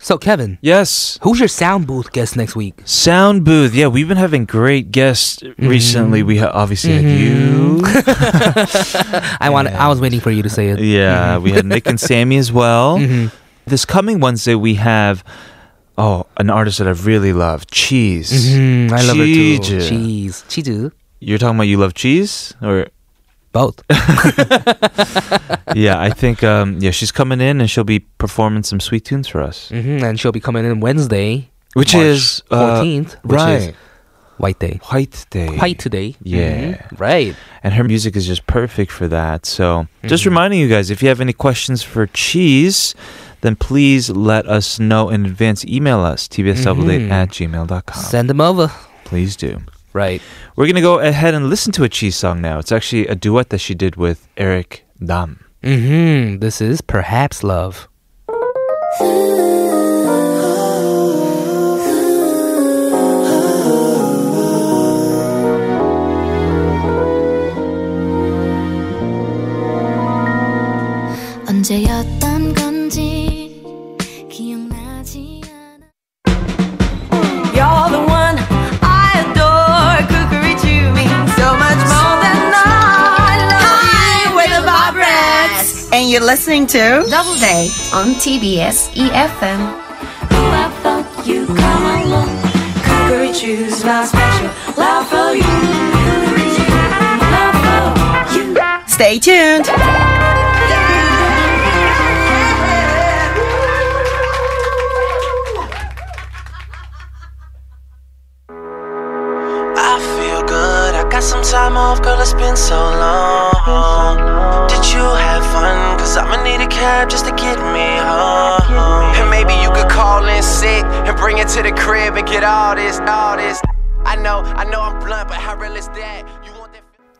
[SPEAKER 3] So Kevin,
[SPEAKER 2] Yes.
[SPEAKER 3] who's your sound booth guest next week?
[SPEAKER 2] Sound booth. Yeah, we've been having great guests
[SPEAKER 3] Mm-hmm.
[SPEAKER 2] recently. We ha- obviously had you.
[SPEAKER 3] [laughs] I want. I was waiting for you to say it.
[SPEAKER 2] yeah, we had Nick and Sammy as well.
[SPEAKER 3] Mhm.
[SPEAKER 2] This coming Wednesday, we have oh an artist that I really love, Cheese.
[SPEAKER 3] Mhm, I love it too.
[SPEAKER 2] Cheese.
[SPEAKER 3] Cheese, cheese,
[SPEAKER 2] You're talking about you love cheese,
[SPEAKER 3] [laughs]
[SPEAKER 2] or
[SPEAKER 3] both.
[SPEAKER 2] yeah, I think um, yeah she's coming in and she'll be performing some sweet tunes for us,
[SPEAKER 3] hmm and she'll be coming in Wednesday,
[SPEAKER 2] which
[SPEAKER 3] March
[SPEAKER 2] is uh,
[SPEAKER 3] 14th, which
[SPEAKER 2] right?
[SPEAKER 3] is White Day.
[SPEAKER 2] White Day.
[SPEAKER 3] White today.
[SPEAKER 2] Yeah.
[SPEAKER 3] Mhm. Right.
[SPEAKER 2] And her music is just perfect for that. So, just
[SPEAKER 3] Mm-hmm.
[SPEAKER 2] reminding you guys if you have any questions for Cheese, then please let us know in advance. Email us, tbsdoubledate
[SPEAKER 3] Mhm.
[SPEAKER 2] at gmail.com.
[SPEAKER 3] Send them over.
[SPEAKER 2] please do.
[SPEAKER 3] Right.
[SPEAKER 2] We're going to go ahead and listen to a Cheese song now. It's actually a duet that she did with Eric Nam.
[SPEAKER 3] Mm-hmm. This is Perhaps Love.
[SPEAKER 4] 언제였던 건지 기억나지 않아
[SPEAKER 5] You're the one I adore. Cookery to me so much more than I love you with the vibrance.
[SPEAKER 11] And you're listening to Double Day on TBS EFM.
[SPEAKER 5] You come along. Cookery choose my special love for you. Cookery choose my love for you.
[SPEAKER 11] Stay tuned.
[SPEAKER 6] I feel good. I got some time off, girl. It's been so long. Did you have fun? Cause I'ma need a cab just to get me home. And maybe you could call in sick and bring it to the crib and get all this, all this. I know, I know I'm blunt, but how real is that?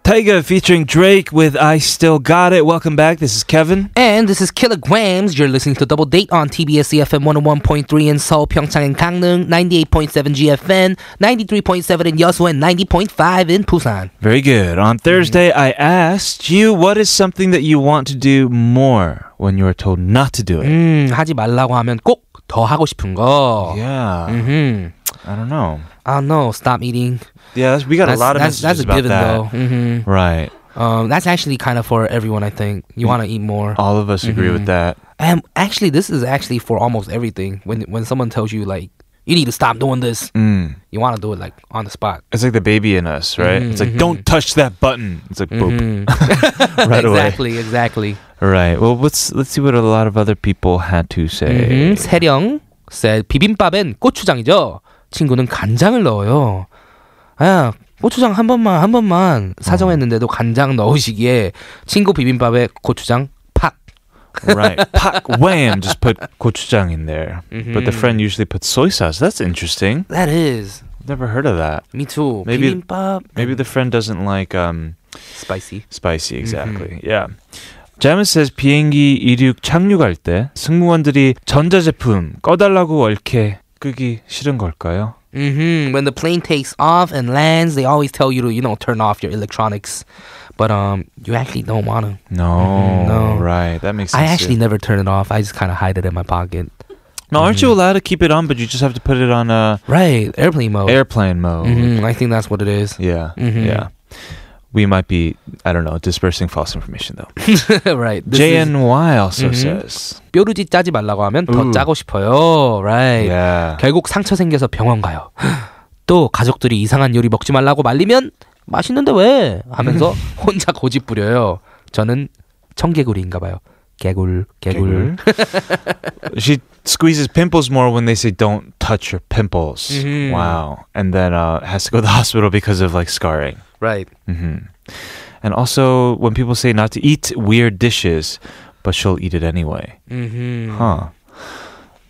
[SPEAKER 2] Tyga featuring Drake with I Still Got It. Welcome back. This is Kevin.
[SPEAKER 3] And this is Kilograms. You're listening to Double Date on TBS EFM 101.3 in Seoul, Pyeongchang, and Gangneung, 98.7 GFN, 93.7 in Yeosu, and 90.5 in Busan.
[SPEAKER 2] Very good.
[SPEAKER 3] Mm-hmm.
[SPEAKER 2] On Thursday, I asked you what is something that you want to do more when you are told not to do it.
[SPEAKER 3] 음, 하지 말라고 하면 꼭 더 하고 싶은 거.
[SPEAKER 2] Mm. Yeah.
[SPEAKER 3] Mm-hmm.
[SPEAKER 2] I don't know.
[SPEAKER 3] I don't know. Stop eating.
[SPEAKER 2] Yeah, that's, we got
[SPEAKER 3] That's-
[SPEAKER 2] a lot of
[SPEAKER 3] that's-
[SPEAKER 2] messages
[SPEAKER 3] that's a
[SPEAKER 2] about that.
[SPEAKER 3] given, though. Mhm.
[SPEAKER 2] Right.
[SPEAKER 3] Um, that's actually kind of for everyone, I think. You want to eat more.
[SPEAKER 2] All of us agree with that.
[SPEAKER 3] Mm-hmm. And actually, this is actually for almost everything. When when someone tells you like you need to stop doing this,
[SPEAKER 2] Mm.
[SPEAKER 3] you want to do it like on the spot.
[SPEAKER 2] It's like the baby in us, right? It's like,
[SPEAKER 3] Mhm, mhm.
[SPEAKER 2] don't touch that button. It's like, boop. [laughs]
[SPEAKER 3] [laughs]
[SPEAKER 2] right away.
[SPEAKER 3] Mm-hmm. exactly, exactly.
[SPEAKER 2] Right. Well, let's let's see what a lot of other people had to say.
[SPEAKER 3] 음, 세령 said 비빔밥엔 고추장이죠. 친구는 간장을 넣어요. 아, 고추장 한 번만 한 번만 사정했는데도 간장 넣으시기에 친구 비빔밥에 고추장 팍.
[SPEAKER 2] [laughs]
[SPEAKER 3] Mm-hmm.
[SPEAKER 2] right. Pak wham. Just
[SPEAKER 3] [laughs]
[SPEAKER 2] put gochujang in there. But
[SPEAKER 3] Mm-hmm.
[SPEAKER 2] the friend usually puts soy sauce. That's interesting.
[SPEAKER 3] That is
[SPEAKER 2] Never heard of that.
[SPEAKER 3] me too.
[SPEAKER 2] Maybe-
[SPEAKER 3] 비빔밥
[SPEAKER 2] Maybe the friend doesn't like um,
[SPEAKER 3] spicy.
[SPEAKER 2] spicy
[SPEAKER 3] Mm-hmm.
[SPEAKER 2] exactly. Yeah. 자면 says 비행기 이륙 착륙할 때 승무원들이 전자제품 꺼달라고 얼케 끄기 싫은 걸까요?
[SPEAKER 3] hmm When the plane takes off and lands, they always tell you to, you know, turn off your electronics. But um, you actually don't want to.
[SPEAKER 2] No,
[SPEAKER 3] Mm-hmm. no.
[SPEAKER 2] right. That makes sense.
[SPEAKER 3] I actually never turn it off. I just kind of hide it in my pocket.
[SPEAKER 2] no. Aren't
[SPEAKER 3] Mm-hmm.
[SPEAKER 2] you allowed to keep it on? But you just have to put it on uh,
[SPEAKER 3] Right, airplane mode.
[SPEAKER 2] airplane mode.
[SPEAKER 3] hmm I think that's what it is.
[SPEAKER 2] Yeah,
[SPEAKER 3] Mhm.
[SPEAKER 2] yeah. We might be, I don't know, dispersing false information though.
[SPEAKER 3] [laughs] right. this is-
[SPEAKER 2] JNY also
[SPEAKER 3] Mhm.
[SPEAKER 2] says,
[SPEAKER 3] 뾰루지 짜지 말라고 하면 더
[SPEAKER 2] Ooh.
[SPEAKER 3] 짜고 싶어요. Right.
[SPEAKER 2] yeah,
[SPEAKER 3] 결국 상처 생겨서 병원 가요. [gasps] 또 가족들이 이상한 요리 먹지 말라고 말리면 맛있는데 왜? [laughs] 하면서 혼자 고집 부려요. 저는 청개구리인가 봐요. 개굴, 개굴.
[SPEAKER 2] [laughs] she squeezes pimples more when they say don't touch your pimples.
[SPEAKER 3] Mhm.
[SPEAKER 2] Wow, and then uh, has to go to the [laughs] hospital because of like scarring.
[SPEAKER 3] Right.
[SPEAKER 2] hmm And also when people say not to eat weird dishes, but she'll eat it anyway.
[SPEAKER 3] Mm-hmm.
[SPEAKER 2] Huh.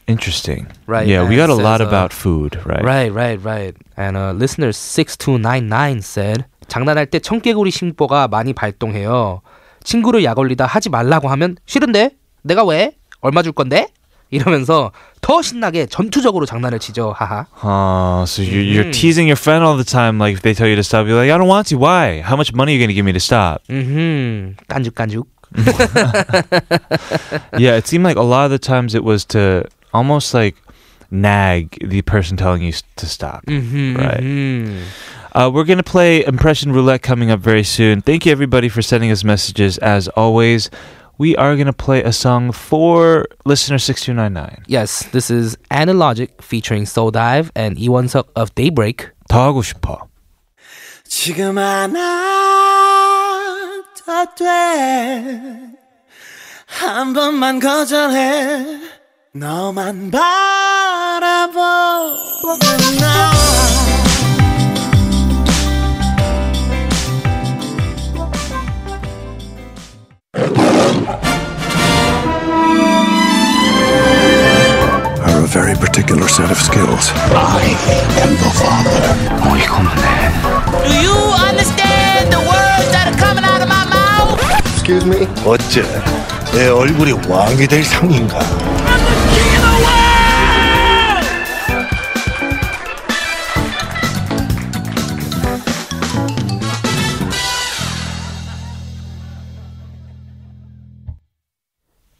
[SPEAKER 2] Interesting.
[SPEAKER 3] Right,
[SPEAKER 2] Yeah, we got
[SPEAKER 3] and
[SPEAKER 2] a
[SPEAKER 3] says,
[SPEAKER 2] lot
[SPEAKER 3] uh,
[SPEAKER 2] about food, right?
[SPEAKER 3] Right, right, right. And uh, listener 6299 said 장난할 때 청개구리 심보가 많이 발동해요. 친구를 약 올리다 하지 말라고 하면 싫은데? 내가 왜? 얼마 줄 건데? 이러면서 더 신나게 전투적으로 장난을 치죠. 하하.
[SPEAKER 2] Oh, so you're, you're
[SPEAKER 3] Mhm.
[SPEAKER 2] teasing your friend all the time. Like, if they tell you to stop, you're like, I don't want to. Why? How much money are you going to give me to stop?
[SPEAKER 3] 음. 깐죽깐죽.
[SPEAKER 2] yeah, it seemed like a lot of the times it was to almost like nag the person telling you s- to stop.
[SPEAKER 3] Mm.
[SPEAKER 2] Right.
[SPEAKER 3] 음.
[SPEAKER 2] Uh, we're going to play Impression Roulette coming up very soon. Thank you, everybody, for sending us messages. As always, we are going to play a song for listener 6299.
[SPEAKER 3] Yes, this is Analogic featuring Soul Dive and Iwonseok of Daybreak.
[SPEAKER 2] 더 하고 싶어.
[SPEAKER 6] 지금 하나 다돼한 번만 거절해 너만 바라보는 나
[SPEAKER 12] are a very particular set of skills. I am the father.
[SPEAKER 6] Do you understand the words that are coming out of my mouth?
[SPEAKER 13] Excuse me? 어째 내 얼굴이 왕이 될 상인가?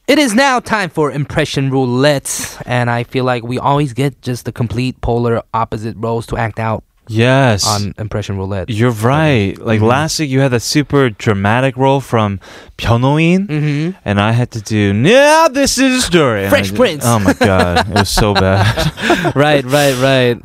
[SPEAKER 3] It is now time for impression roulette, and I feel like we always get just the complete polar opposite roles to act out.
[SPEAKER 2] Yes.
[SPEAKER 3] On impression roulette.
[SPEAKER 2] You're right. Like
[SPEAKER 3] Mhm.
[SPEAKER 2] last week, you had that super dramatic role from 변호인, and I had to do "Yeah, this is a story." and I
[SPEAKER 3] Mm-hmm. Fresh
[SPEAKER 2] did-
[SPEAKER 3] Prince.
[SPEAKER 2] Oh my god, it was so bad.
[SPEAKER 3] [laughs] right, right, right,
[SPEAKER 2] [laughs]
[SPEAKER 3] Um,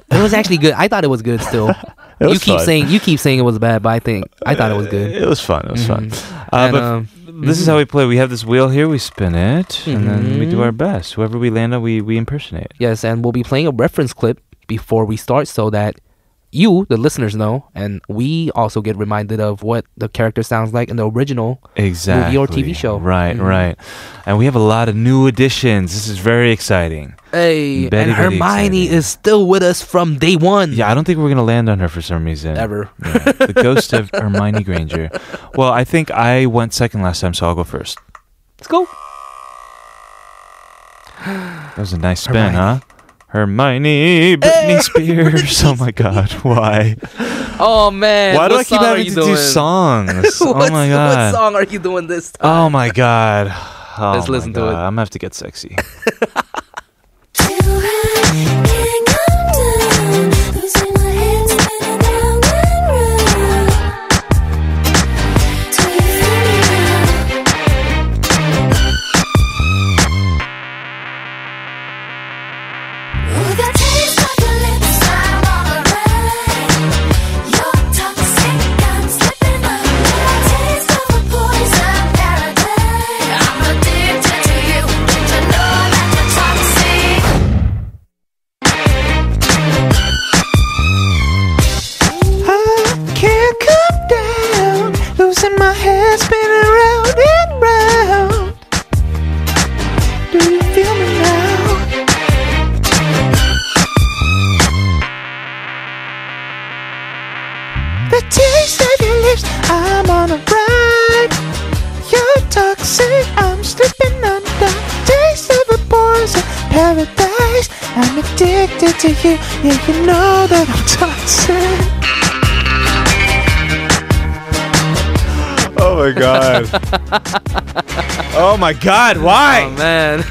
[SPEAKER 2] Right.
[SPEAKER 3] it was actually good. I thought it was good. Still,
[SPEAKER 2] [laughs] [laughs] It
[SPEAKER 3] you
[SPEAKER 2] was
[SPEAKER 3] keep
[SPEAKER 2] fun.
[SPEAKER 3] saying you keep saying it was bad, but I think I thought it was
[SPEAKER 2] [laughs]
[SPEAKER 3] good.
[SPEAKER 2] It was fun. It was fun.
[SPEAKER 3] Mhm.
[SPEAKER 2] Uh,
[SPEAKER 3] And,
[SPEAKER 2] but
[SPEAKER 3] um,
[SPEAKER 2] this is how we play. We have this wheel here. We spin it, and then we do our
[SPEAKER 3] Mhm.
[SPEAKER 2] best. Whoever we land on, we we impersonate.
[SPEAKER 3] Yes, and we'll be playing a reference clip before we start so that you, the listeners, know, and we also get reminded of what the character sounds like in the original
[SPEAKER 2] Exactly.
[SPEAKER 3] movie or TV show.
[SPEAKER 2] Right,
[SPEAKER 3] Mhm.
[SPEAKER 2] right. And we have a lot of new additions. This is very exciting.
[SPEAKER 3] Hey,
[SPEAKER 2] Very,
[SPEAKER 3] and
[SPEAKER 2] very
[SPEAKER 3] Hermione is still with us from day one.
[SPEAKER 2] Yeah, I don't think we're gonna land on her for some reason.
[SPEAKER 3] Ever.
[SPEAKER 2] Yeah, the ghost of Hermione Granger. Well, I think I went second last time, so I'll go first.
[SPEAKER 3] [laughs] Let's go.
[SPEAKER 2] That was a nice spin, huh? Hermione, Britney
[SPEAKER 3] [laughs]
[SPEAKER 2] Spears. Oh my God, why?
[SPEAKER 3] Oh man,
[SPEAKER 2] why do I
[SPEAKER 3] what
[SPEAKER 2] keep
[SPEAKER 3] song are
[SPEAKER 2] having
[SPEAKER 3] you
[SPEAKER 2] to do
[SPEAKER 3] doing?
[SPEAKER 2] songs? oh
[SPEAKER 3] What's-
[SPEAKER 2] my
[SPEAKER 3] [laughs] What
[SPEAKER 2] God.
[SPEAKER 3] [laughs] song are you doing this? Time?
[SPEAKER 2] Oh my God. Oh
[SPEAKER 3] [laughs]
[SPEAKER 2] my
[SPEAKER 3] Let's listen to
[SPEAKER 2] God.
[SPEAKER 3] it.
[SPEAKER 2] I'm gonna have to get sexy.
[SPEAKER 6] Can't come down, losing my head, spinning round and round. Do you feel me now? The taste of your lips, I'm on a ride. You're toxic, I'm slipping under. Taste of a poison paradise. I'm addicted to you, yeah, you know that I'm toxic.
[SPEAKER 2] Oh my god.
[SPEAKER 3] [laughs]
[SPEAKER 2] oh my god, why? Oh
[SPEAKER 3] man.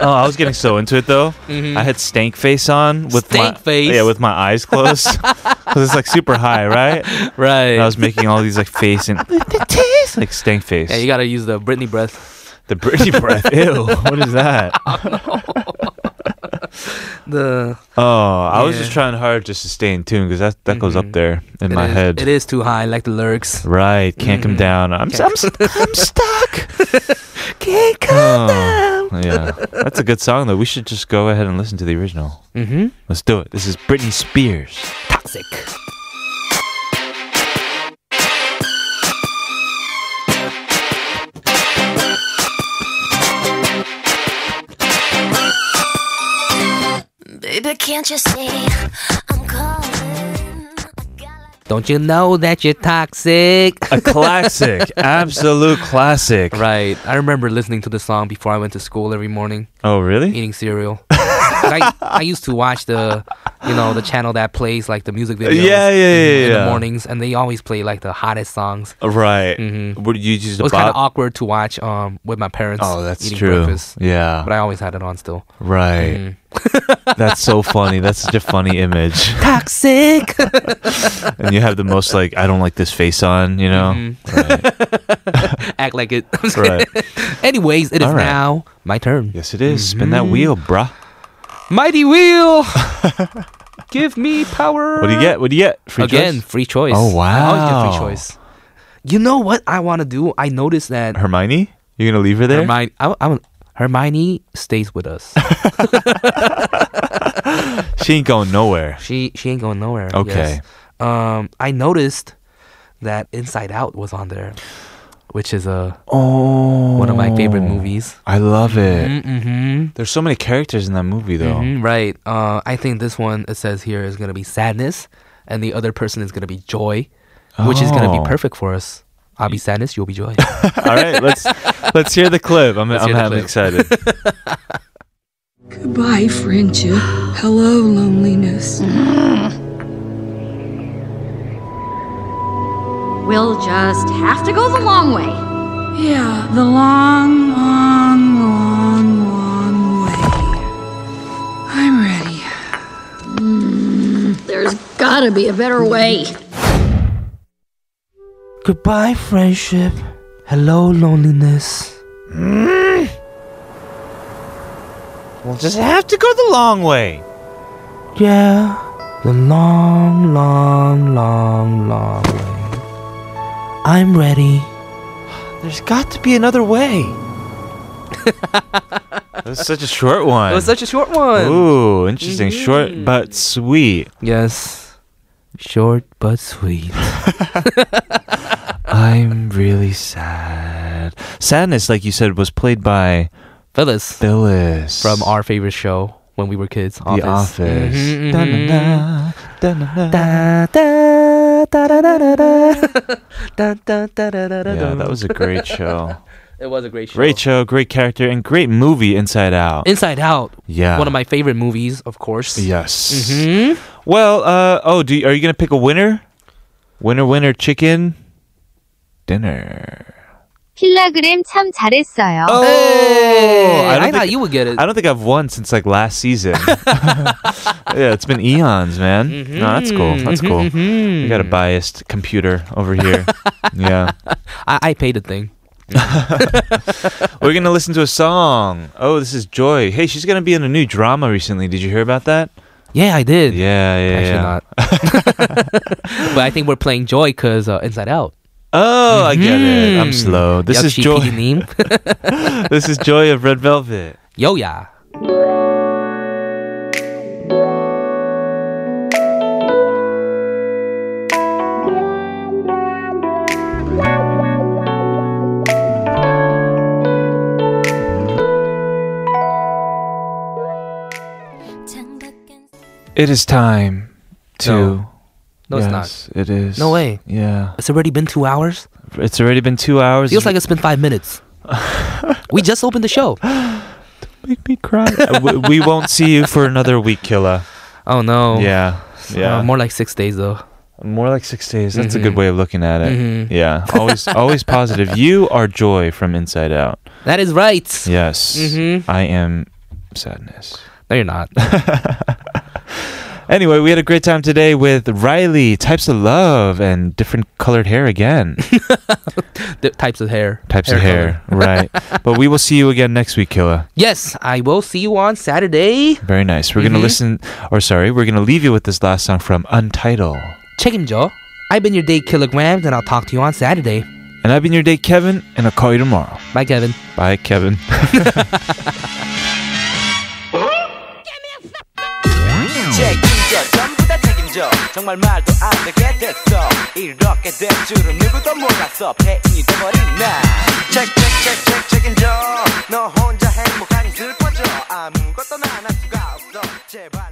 [SPEAKER 2] oh, I was getting so into it though.
[SPEAKER 3] Mhm.
[SPEAKER 2] I had stank face on with
[SPEAKER 3] Stank
[SPEAKER 2] my
[SPEAKER 3] face?
[SPEAKER 2] Yeah, with my eyes
[SPEAKER 3] [laughs]
[SPEAKER 2] closed. Cuz it's like super high, right?
[SPEAKER 3] [laughs] Right.
[SPEAKER 2] And I was making all these like face
[SPEAKER 3] [laughs]
[SPEAKER 2] and
[SPEAKER 6] The taste
[SPEAKER 2] like stank face.
[SPEAKER 3] Yeah, you gotta use the Britney breath.
[SPEAKER 2] The Britney
[SPEAKER 3] [laughs]
[SPEAKER 2] breath. Ew. What is that?
[SPEAKER 3] The
[SPEAKER 2] Oh, I was
[SPEAKER 3] Yeah. Mm-hmm.
[SPEAKER 2] just trying hard just to stay in tune cuz that that goes up there in
[SPEAKER 3] it
[SPEAKER 2] my
[SPEAKER 3] is-
[SPEAKER 2] head.
[SPEAKER 3] It is too high, like the lyrics.
[SPEAKER 2] Right, can't come
[SPEAKER 3] Mhm.
[SPEAKER 2] down. I'm
[SPEAKER 3] Can't-
[SPEAKER 2] I'm,
[SPEAKER 3] [laughs]
[SPEAKER 2] I'm stuck.
[SPEAKER 6] Can't
[SPEAKER 2] Oh, yeah, that's a good song though. We should just go ahead and listen to the original.
[SPEAKER 3] Mhm.
[SPEAKER 2] Let's do it. This is Britney Spears.
[SPEAKER 3] Toxic.
[SPEAKER 4] Baby, can't you see?
[SPEAKER 3] Don't you know that you're toxic?
[SPEAKER 2] A [laughs] classic, absolute classic.
[SPEAKER 3] [laughs] Right. I remember listening to the song before I went to school every morning,
[SPEAKER 2] Oh, really? [laughs]
[SPEAKER 3] eating cereal. I, I used to watch the, you know, the channel that plays like the music videos.
[SPEAKER 2] yeah, yeah,
[SPEAKER 3] in- in the
[SPEAKER 2] yeah.
[SPEAKER 3] mornings, and they always play like the hottest songs.
[SPEAKER 2] Right.
[SPEAKER 3] Mhm.
[SPEAKER 2] Would you use
[SPEAKER 3] It
[SPEAKER 2] the
[SPEAKER 3] was kind of
[SPEAKER 2] bop?
[SPEAKER 3] awkward to watch um with my parents.
[SPEAKER 2] Oh, that's
[SPEAKER 3] eating
[SPEAKER 2] true.
[SPEAKER 3] Breakfast,
[SPEAKER 2] Yeah.
[SPEAKER 3] but Mm-hmm. I always had it on still. Mm.
[SPEAKER 2] Right. [laughs] That's so funny. That's such a funny
[SPEAKER 3] [laughs]
[SPEAKER 2] image.
[SPEAKER 3] Toxic. [laughs]
[SPEAKER 2] And you have the most like I don't like this face on. You know.
[SPEAKER 3] Mm-hmm. Act like it. [laughs]
[SPEAKER 2] Right.
[SPEAKER 3] Anyways, it is
[SPEAKER 2] All right.
[SPEAKER 3] now my turn.
[SPEAKER 2] Yes, it is. Spin
[SPEAKER 3] Mm-hmm.
[SPEAKER 2] that wheel, bruh.
[SPEAKER 3] Mighty
[SPEAKER 2] [laughs]
[SPEAKER 3] wheel. Give me power.
[SPEAKER 2] What do you get? What do you get? Free
[SPEAKER 3] Again,
[SPEAKER 2] choice?
[SPEAKER 3] free choice.
[SPEAKER 2] Oh wow.
[SPEAKER 3] I always get free choice. You know what I want to do? I noticed that
[SPEAKER 2] Hermione, you're gonna leave her there.
[SPEAKER 3] Hermione, I, I, Hermione stays with
[SPEAKER 2] [laughs]
[SPEAKER 3] us.
[SPEAKER 2] She ain't going nowhere.
[SPEAKER 3] she she ain't going nowhere.
[SPEAKER 2] Okay.
[SPEAKER 3] yes. Um, I noticed that Inside Out was on there, which is a
[SPEAKER 2] Oh,
[SPEAKER 3] one of my favorite movies.
[SPEAKER 2] I love it.
[SPEAKER 3] Mm-hmm.
[SPEAKER 2] There's so many characters in that movie, though.
[SPEAKER 3] right. Uh, I think this one it says here is gonna be sadness, and the other person is gonna be joy, Mm-hmm. which is gonna
[SPEAKER 2] Oh.
[SPEAKER 3] be perfect for us. I'll be sadness, you'll be joy.
[SPEAKER 2] All right,
[SPEAKER 3] [laughs]
[SPEAKER 2] let's let's hear the clip. I'm
[SPEAKER 3] Let's
[SPEAKER 2] I'm,
[SPEAKER 3] hear the
[SPEAKER 2] I'm
[SPEAKER 3] clip.
[SPEAKER 2] excited.
[SPEAKER 3] [laughs]
[SPEAKER 9] Goodbye, friendship. Hello, loneliness.
[SPEAKER 14] We'll just have to go the long way.
[SPEAKER 9] Yeah, the long, long, long, long way. I'm ready.
[SPEAKER 14] Mm, There's gotta be a better way.
[SPEAKER 3] [laughs] Goodbye, friendship. Hello, loneliness.
[SPEAKER 2] Mm. We'll just have to go the long way.
[SPEAKER 3] Yeah, the long, long, long, long way. I'm ready.
[SPEAKER 2] There's got to be another
[SPEAKER 3] [laughs]
[SPEAKER 2] way. That's such a short one.
[SPEAKER 3] It was such a short one. Mm-hmm.
[SPEAKER 2] Ooh, interesting. Short but sweet.
[SPEAKER 3] Yes. Short but sweet.
[SPEAKER 2] I'm really sad. Sadness, like you said, was played by
[SPEAKER 3] Phyllis.
[SPEAKER 2] Phyllis
[SPEAKER 3] From our favorite show when we were kids,
[SPEAKER 2] The Office.
[SPEAKER 3] Mhm, mhm.
[SPEAKER 2] Dun-dun-dun,
[SPEAKER 3] mm-hmm.
[SPEAKER 2] Yeah,
[SPEAKER 3] [laughs]
[SPEAKER 2] that was a great show.
[SPEAKER 3] It was a great show.
[SPEAKER 2] Great show, great character, and great movie, Inside Out.
[SPEAKER 3] Inside Out.
[SPEAKER 2] Yeah.
[SPEAKER 3] One of my favorite movies, of course.
[SPEAKER 2] Yes.
[SPEAKER 3] Mhm.
[SPEAKER 2] Well, uh, oh, do you, are you gonna pick a winner? Winner, winner, chicken dinner.
[SPEAKER 15] 필라그램 참 잘했어요.
[SPEAKER 2] Oh,
[SPEAKER 3] Oh!
[SPEAKER 2] I, don't
[SPEAKER 3] I thought
[SPEAKER 2] think-
[SPEAKER 3] you would get it.
[SPEAKER 2] I don't think I've won since like last
[SPEAKER 3] [laughs]
[SPEAKER 2] season. yeah, it's been eons, man. No, that's cool. That's
[SPEAKER 3] Mhm,
[SPEAKER 2] cool.
[SPEAKER 3] mhm.
[SPEAKER 2] We got a biased computer over
[SPEAKER 3] [laughs]
[SPEAKER 2] here. yeah.
[SPEAKER 3] I, I paid the thing.
[SPEAKER 2] We're going to listen to a song. Oh, this is Joy. Hey, she's going to be in a new drama recently. Did you hear about that?
[SPEAKER 3] Yeah, I did.
[SPEAKER 2] Yeah, yeah,
[SPEAKER 3] Actually
[SPEAKER 2] yeah. [laughs]
[SPEAKER 3] not. but I think we're playing Joy because uh, Inside Out.
[SPEAKER 2] Oh, I get it. I'm
[SPEAKER 3] Mhm.
[SPEAKER 2] slow. This is
[SPEAKER 3] 역시
[SPEAKER 2] Joy.
[SPEAKER 3] PD님.
[SPEAKER 2] [laughs] this is Joy of Red Velvet.
[SPEAKER 3] [laughs] Yo, yeah.
[SPEAKER 2] It is time to.
[SPEAKER 3] No. No, it's not.
[SPEAKER 2] Yes, It is.
[SPEAKER 3] No way.
[SPEAKER 2] Yeah.
[SPEAKER 3] It's already been two hours.
[SPEAKER 2] It's already been two hours.
[SPEAKER 3] Feels like it's been
[SPEAKER 2] [laughs]
[SPEAKER 3] five minutes. we just opened the show.
[SPEAKER 2] make me cry. [laughs] Uh, we, we won't see you for another week, Killa.
[SPEAKER 3] Oh no.
[SPEAKER 2] Yeah. Yeah.
[SPEAKER 3] Uh, more like six days though.
[SPEAKER 2] More like six days. That's a good
[SPEAKER 3] Mhm.
[SPEAKER 2] way of looking at it.
[SPEAKER 3] Mhm.
[SPEAKER 2] Yeah. Always, always positive. You are joy from inside out.
[SPEAKER 3] That is right.
[SPEAKER 2] Yes. Mm-hmm.
[SPEAKER 3] Mhm.
[SPEAKER 2] I am sadness.
[SPEAKER 3] No, you're
[SPEAKER 2] [laughs]
[SPEAKER 3] not.
[SPEAKER 2] Anyway, we had a great time today with Riley, types of love, and different colored hair [laughs] again.
[SPEAKER 3] the types of hair.
[SPEAKER 2] types of hair, [laughs] right? But we will see you again next week, Killa.
[SPEAKER 3] Yes, I will see you on Saturday.
[SPEAKER 2] Very nice. We're gonna
[SPEAKER 3] Mhm.
[SPEAKER 2] listen, or sorry, we're gonna leave you with this last song from Untitled.
[SPEAKER 3] 책임져. I've been your day kilograms, and I'll talk to you on Saturday.
[SPEAKER 2] And I've been your date, Kevin, and I'll call you tomorrow.
[SPEAKER 3] Bye, Kevin.
[SPEAKER 2] Bye, Kevin.
[SPEAKER 16] 책임져 전부 다 책임져 정말 말도 안 되게 됐어 이렇게 될 줄은 누구도 몰랐어 폐인이 돼버린 나 책책책책 책임져 너 혼자 행복하니 슬퍼져 아무것도 나할 수가 없어 제발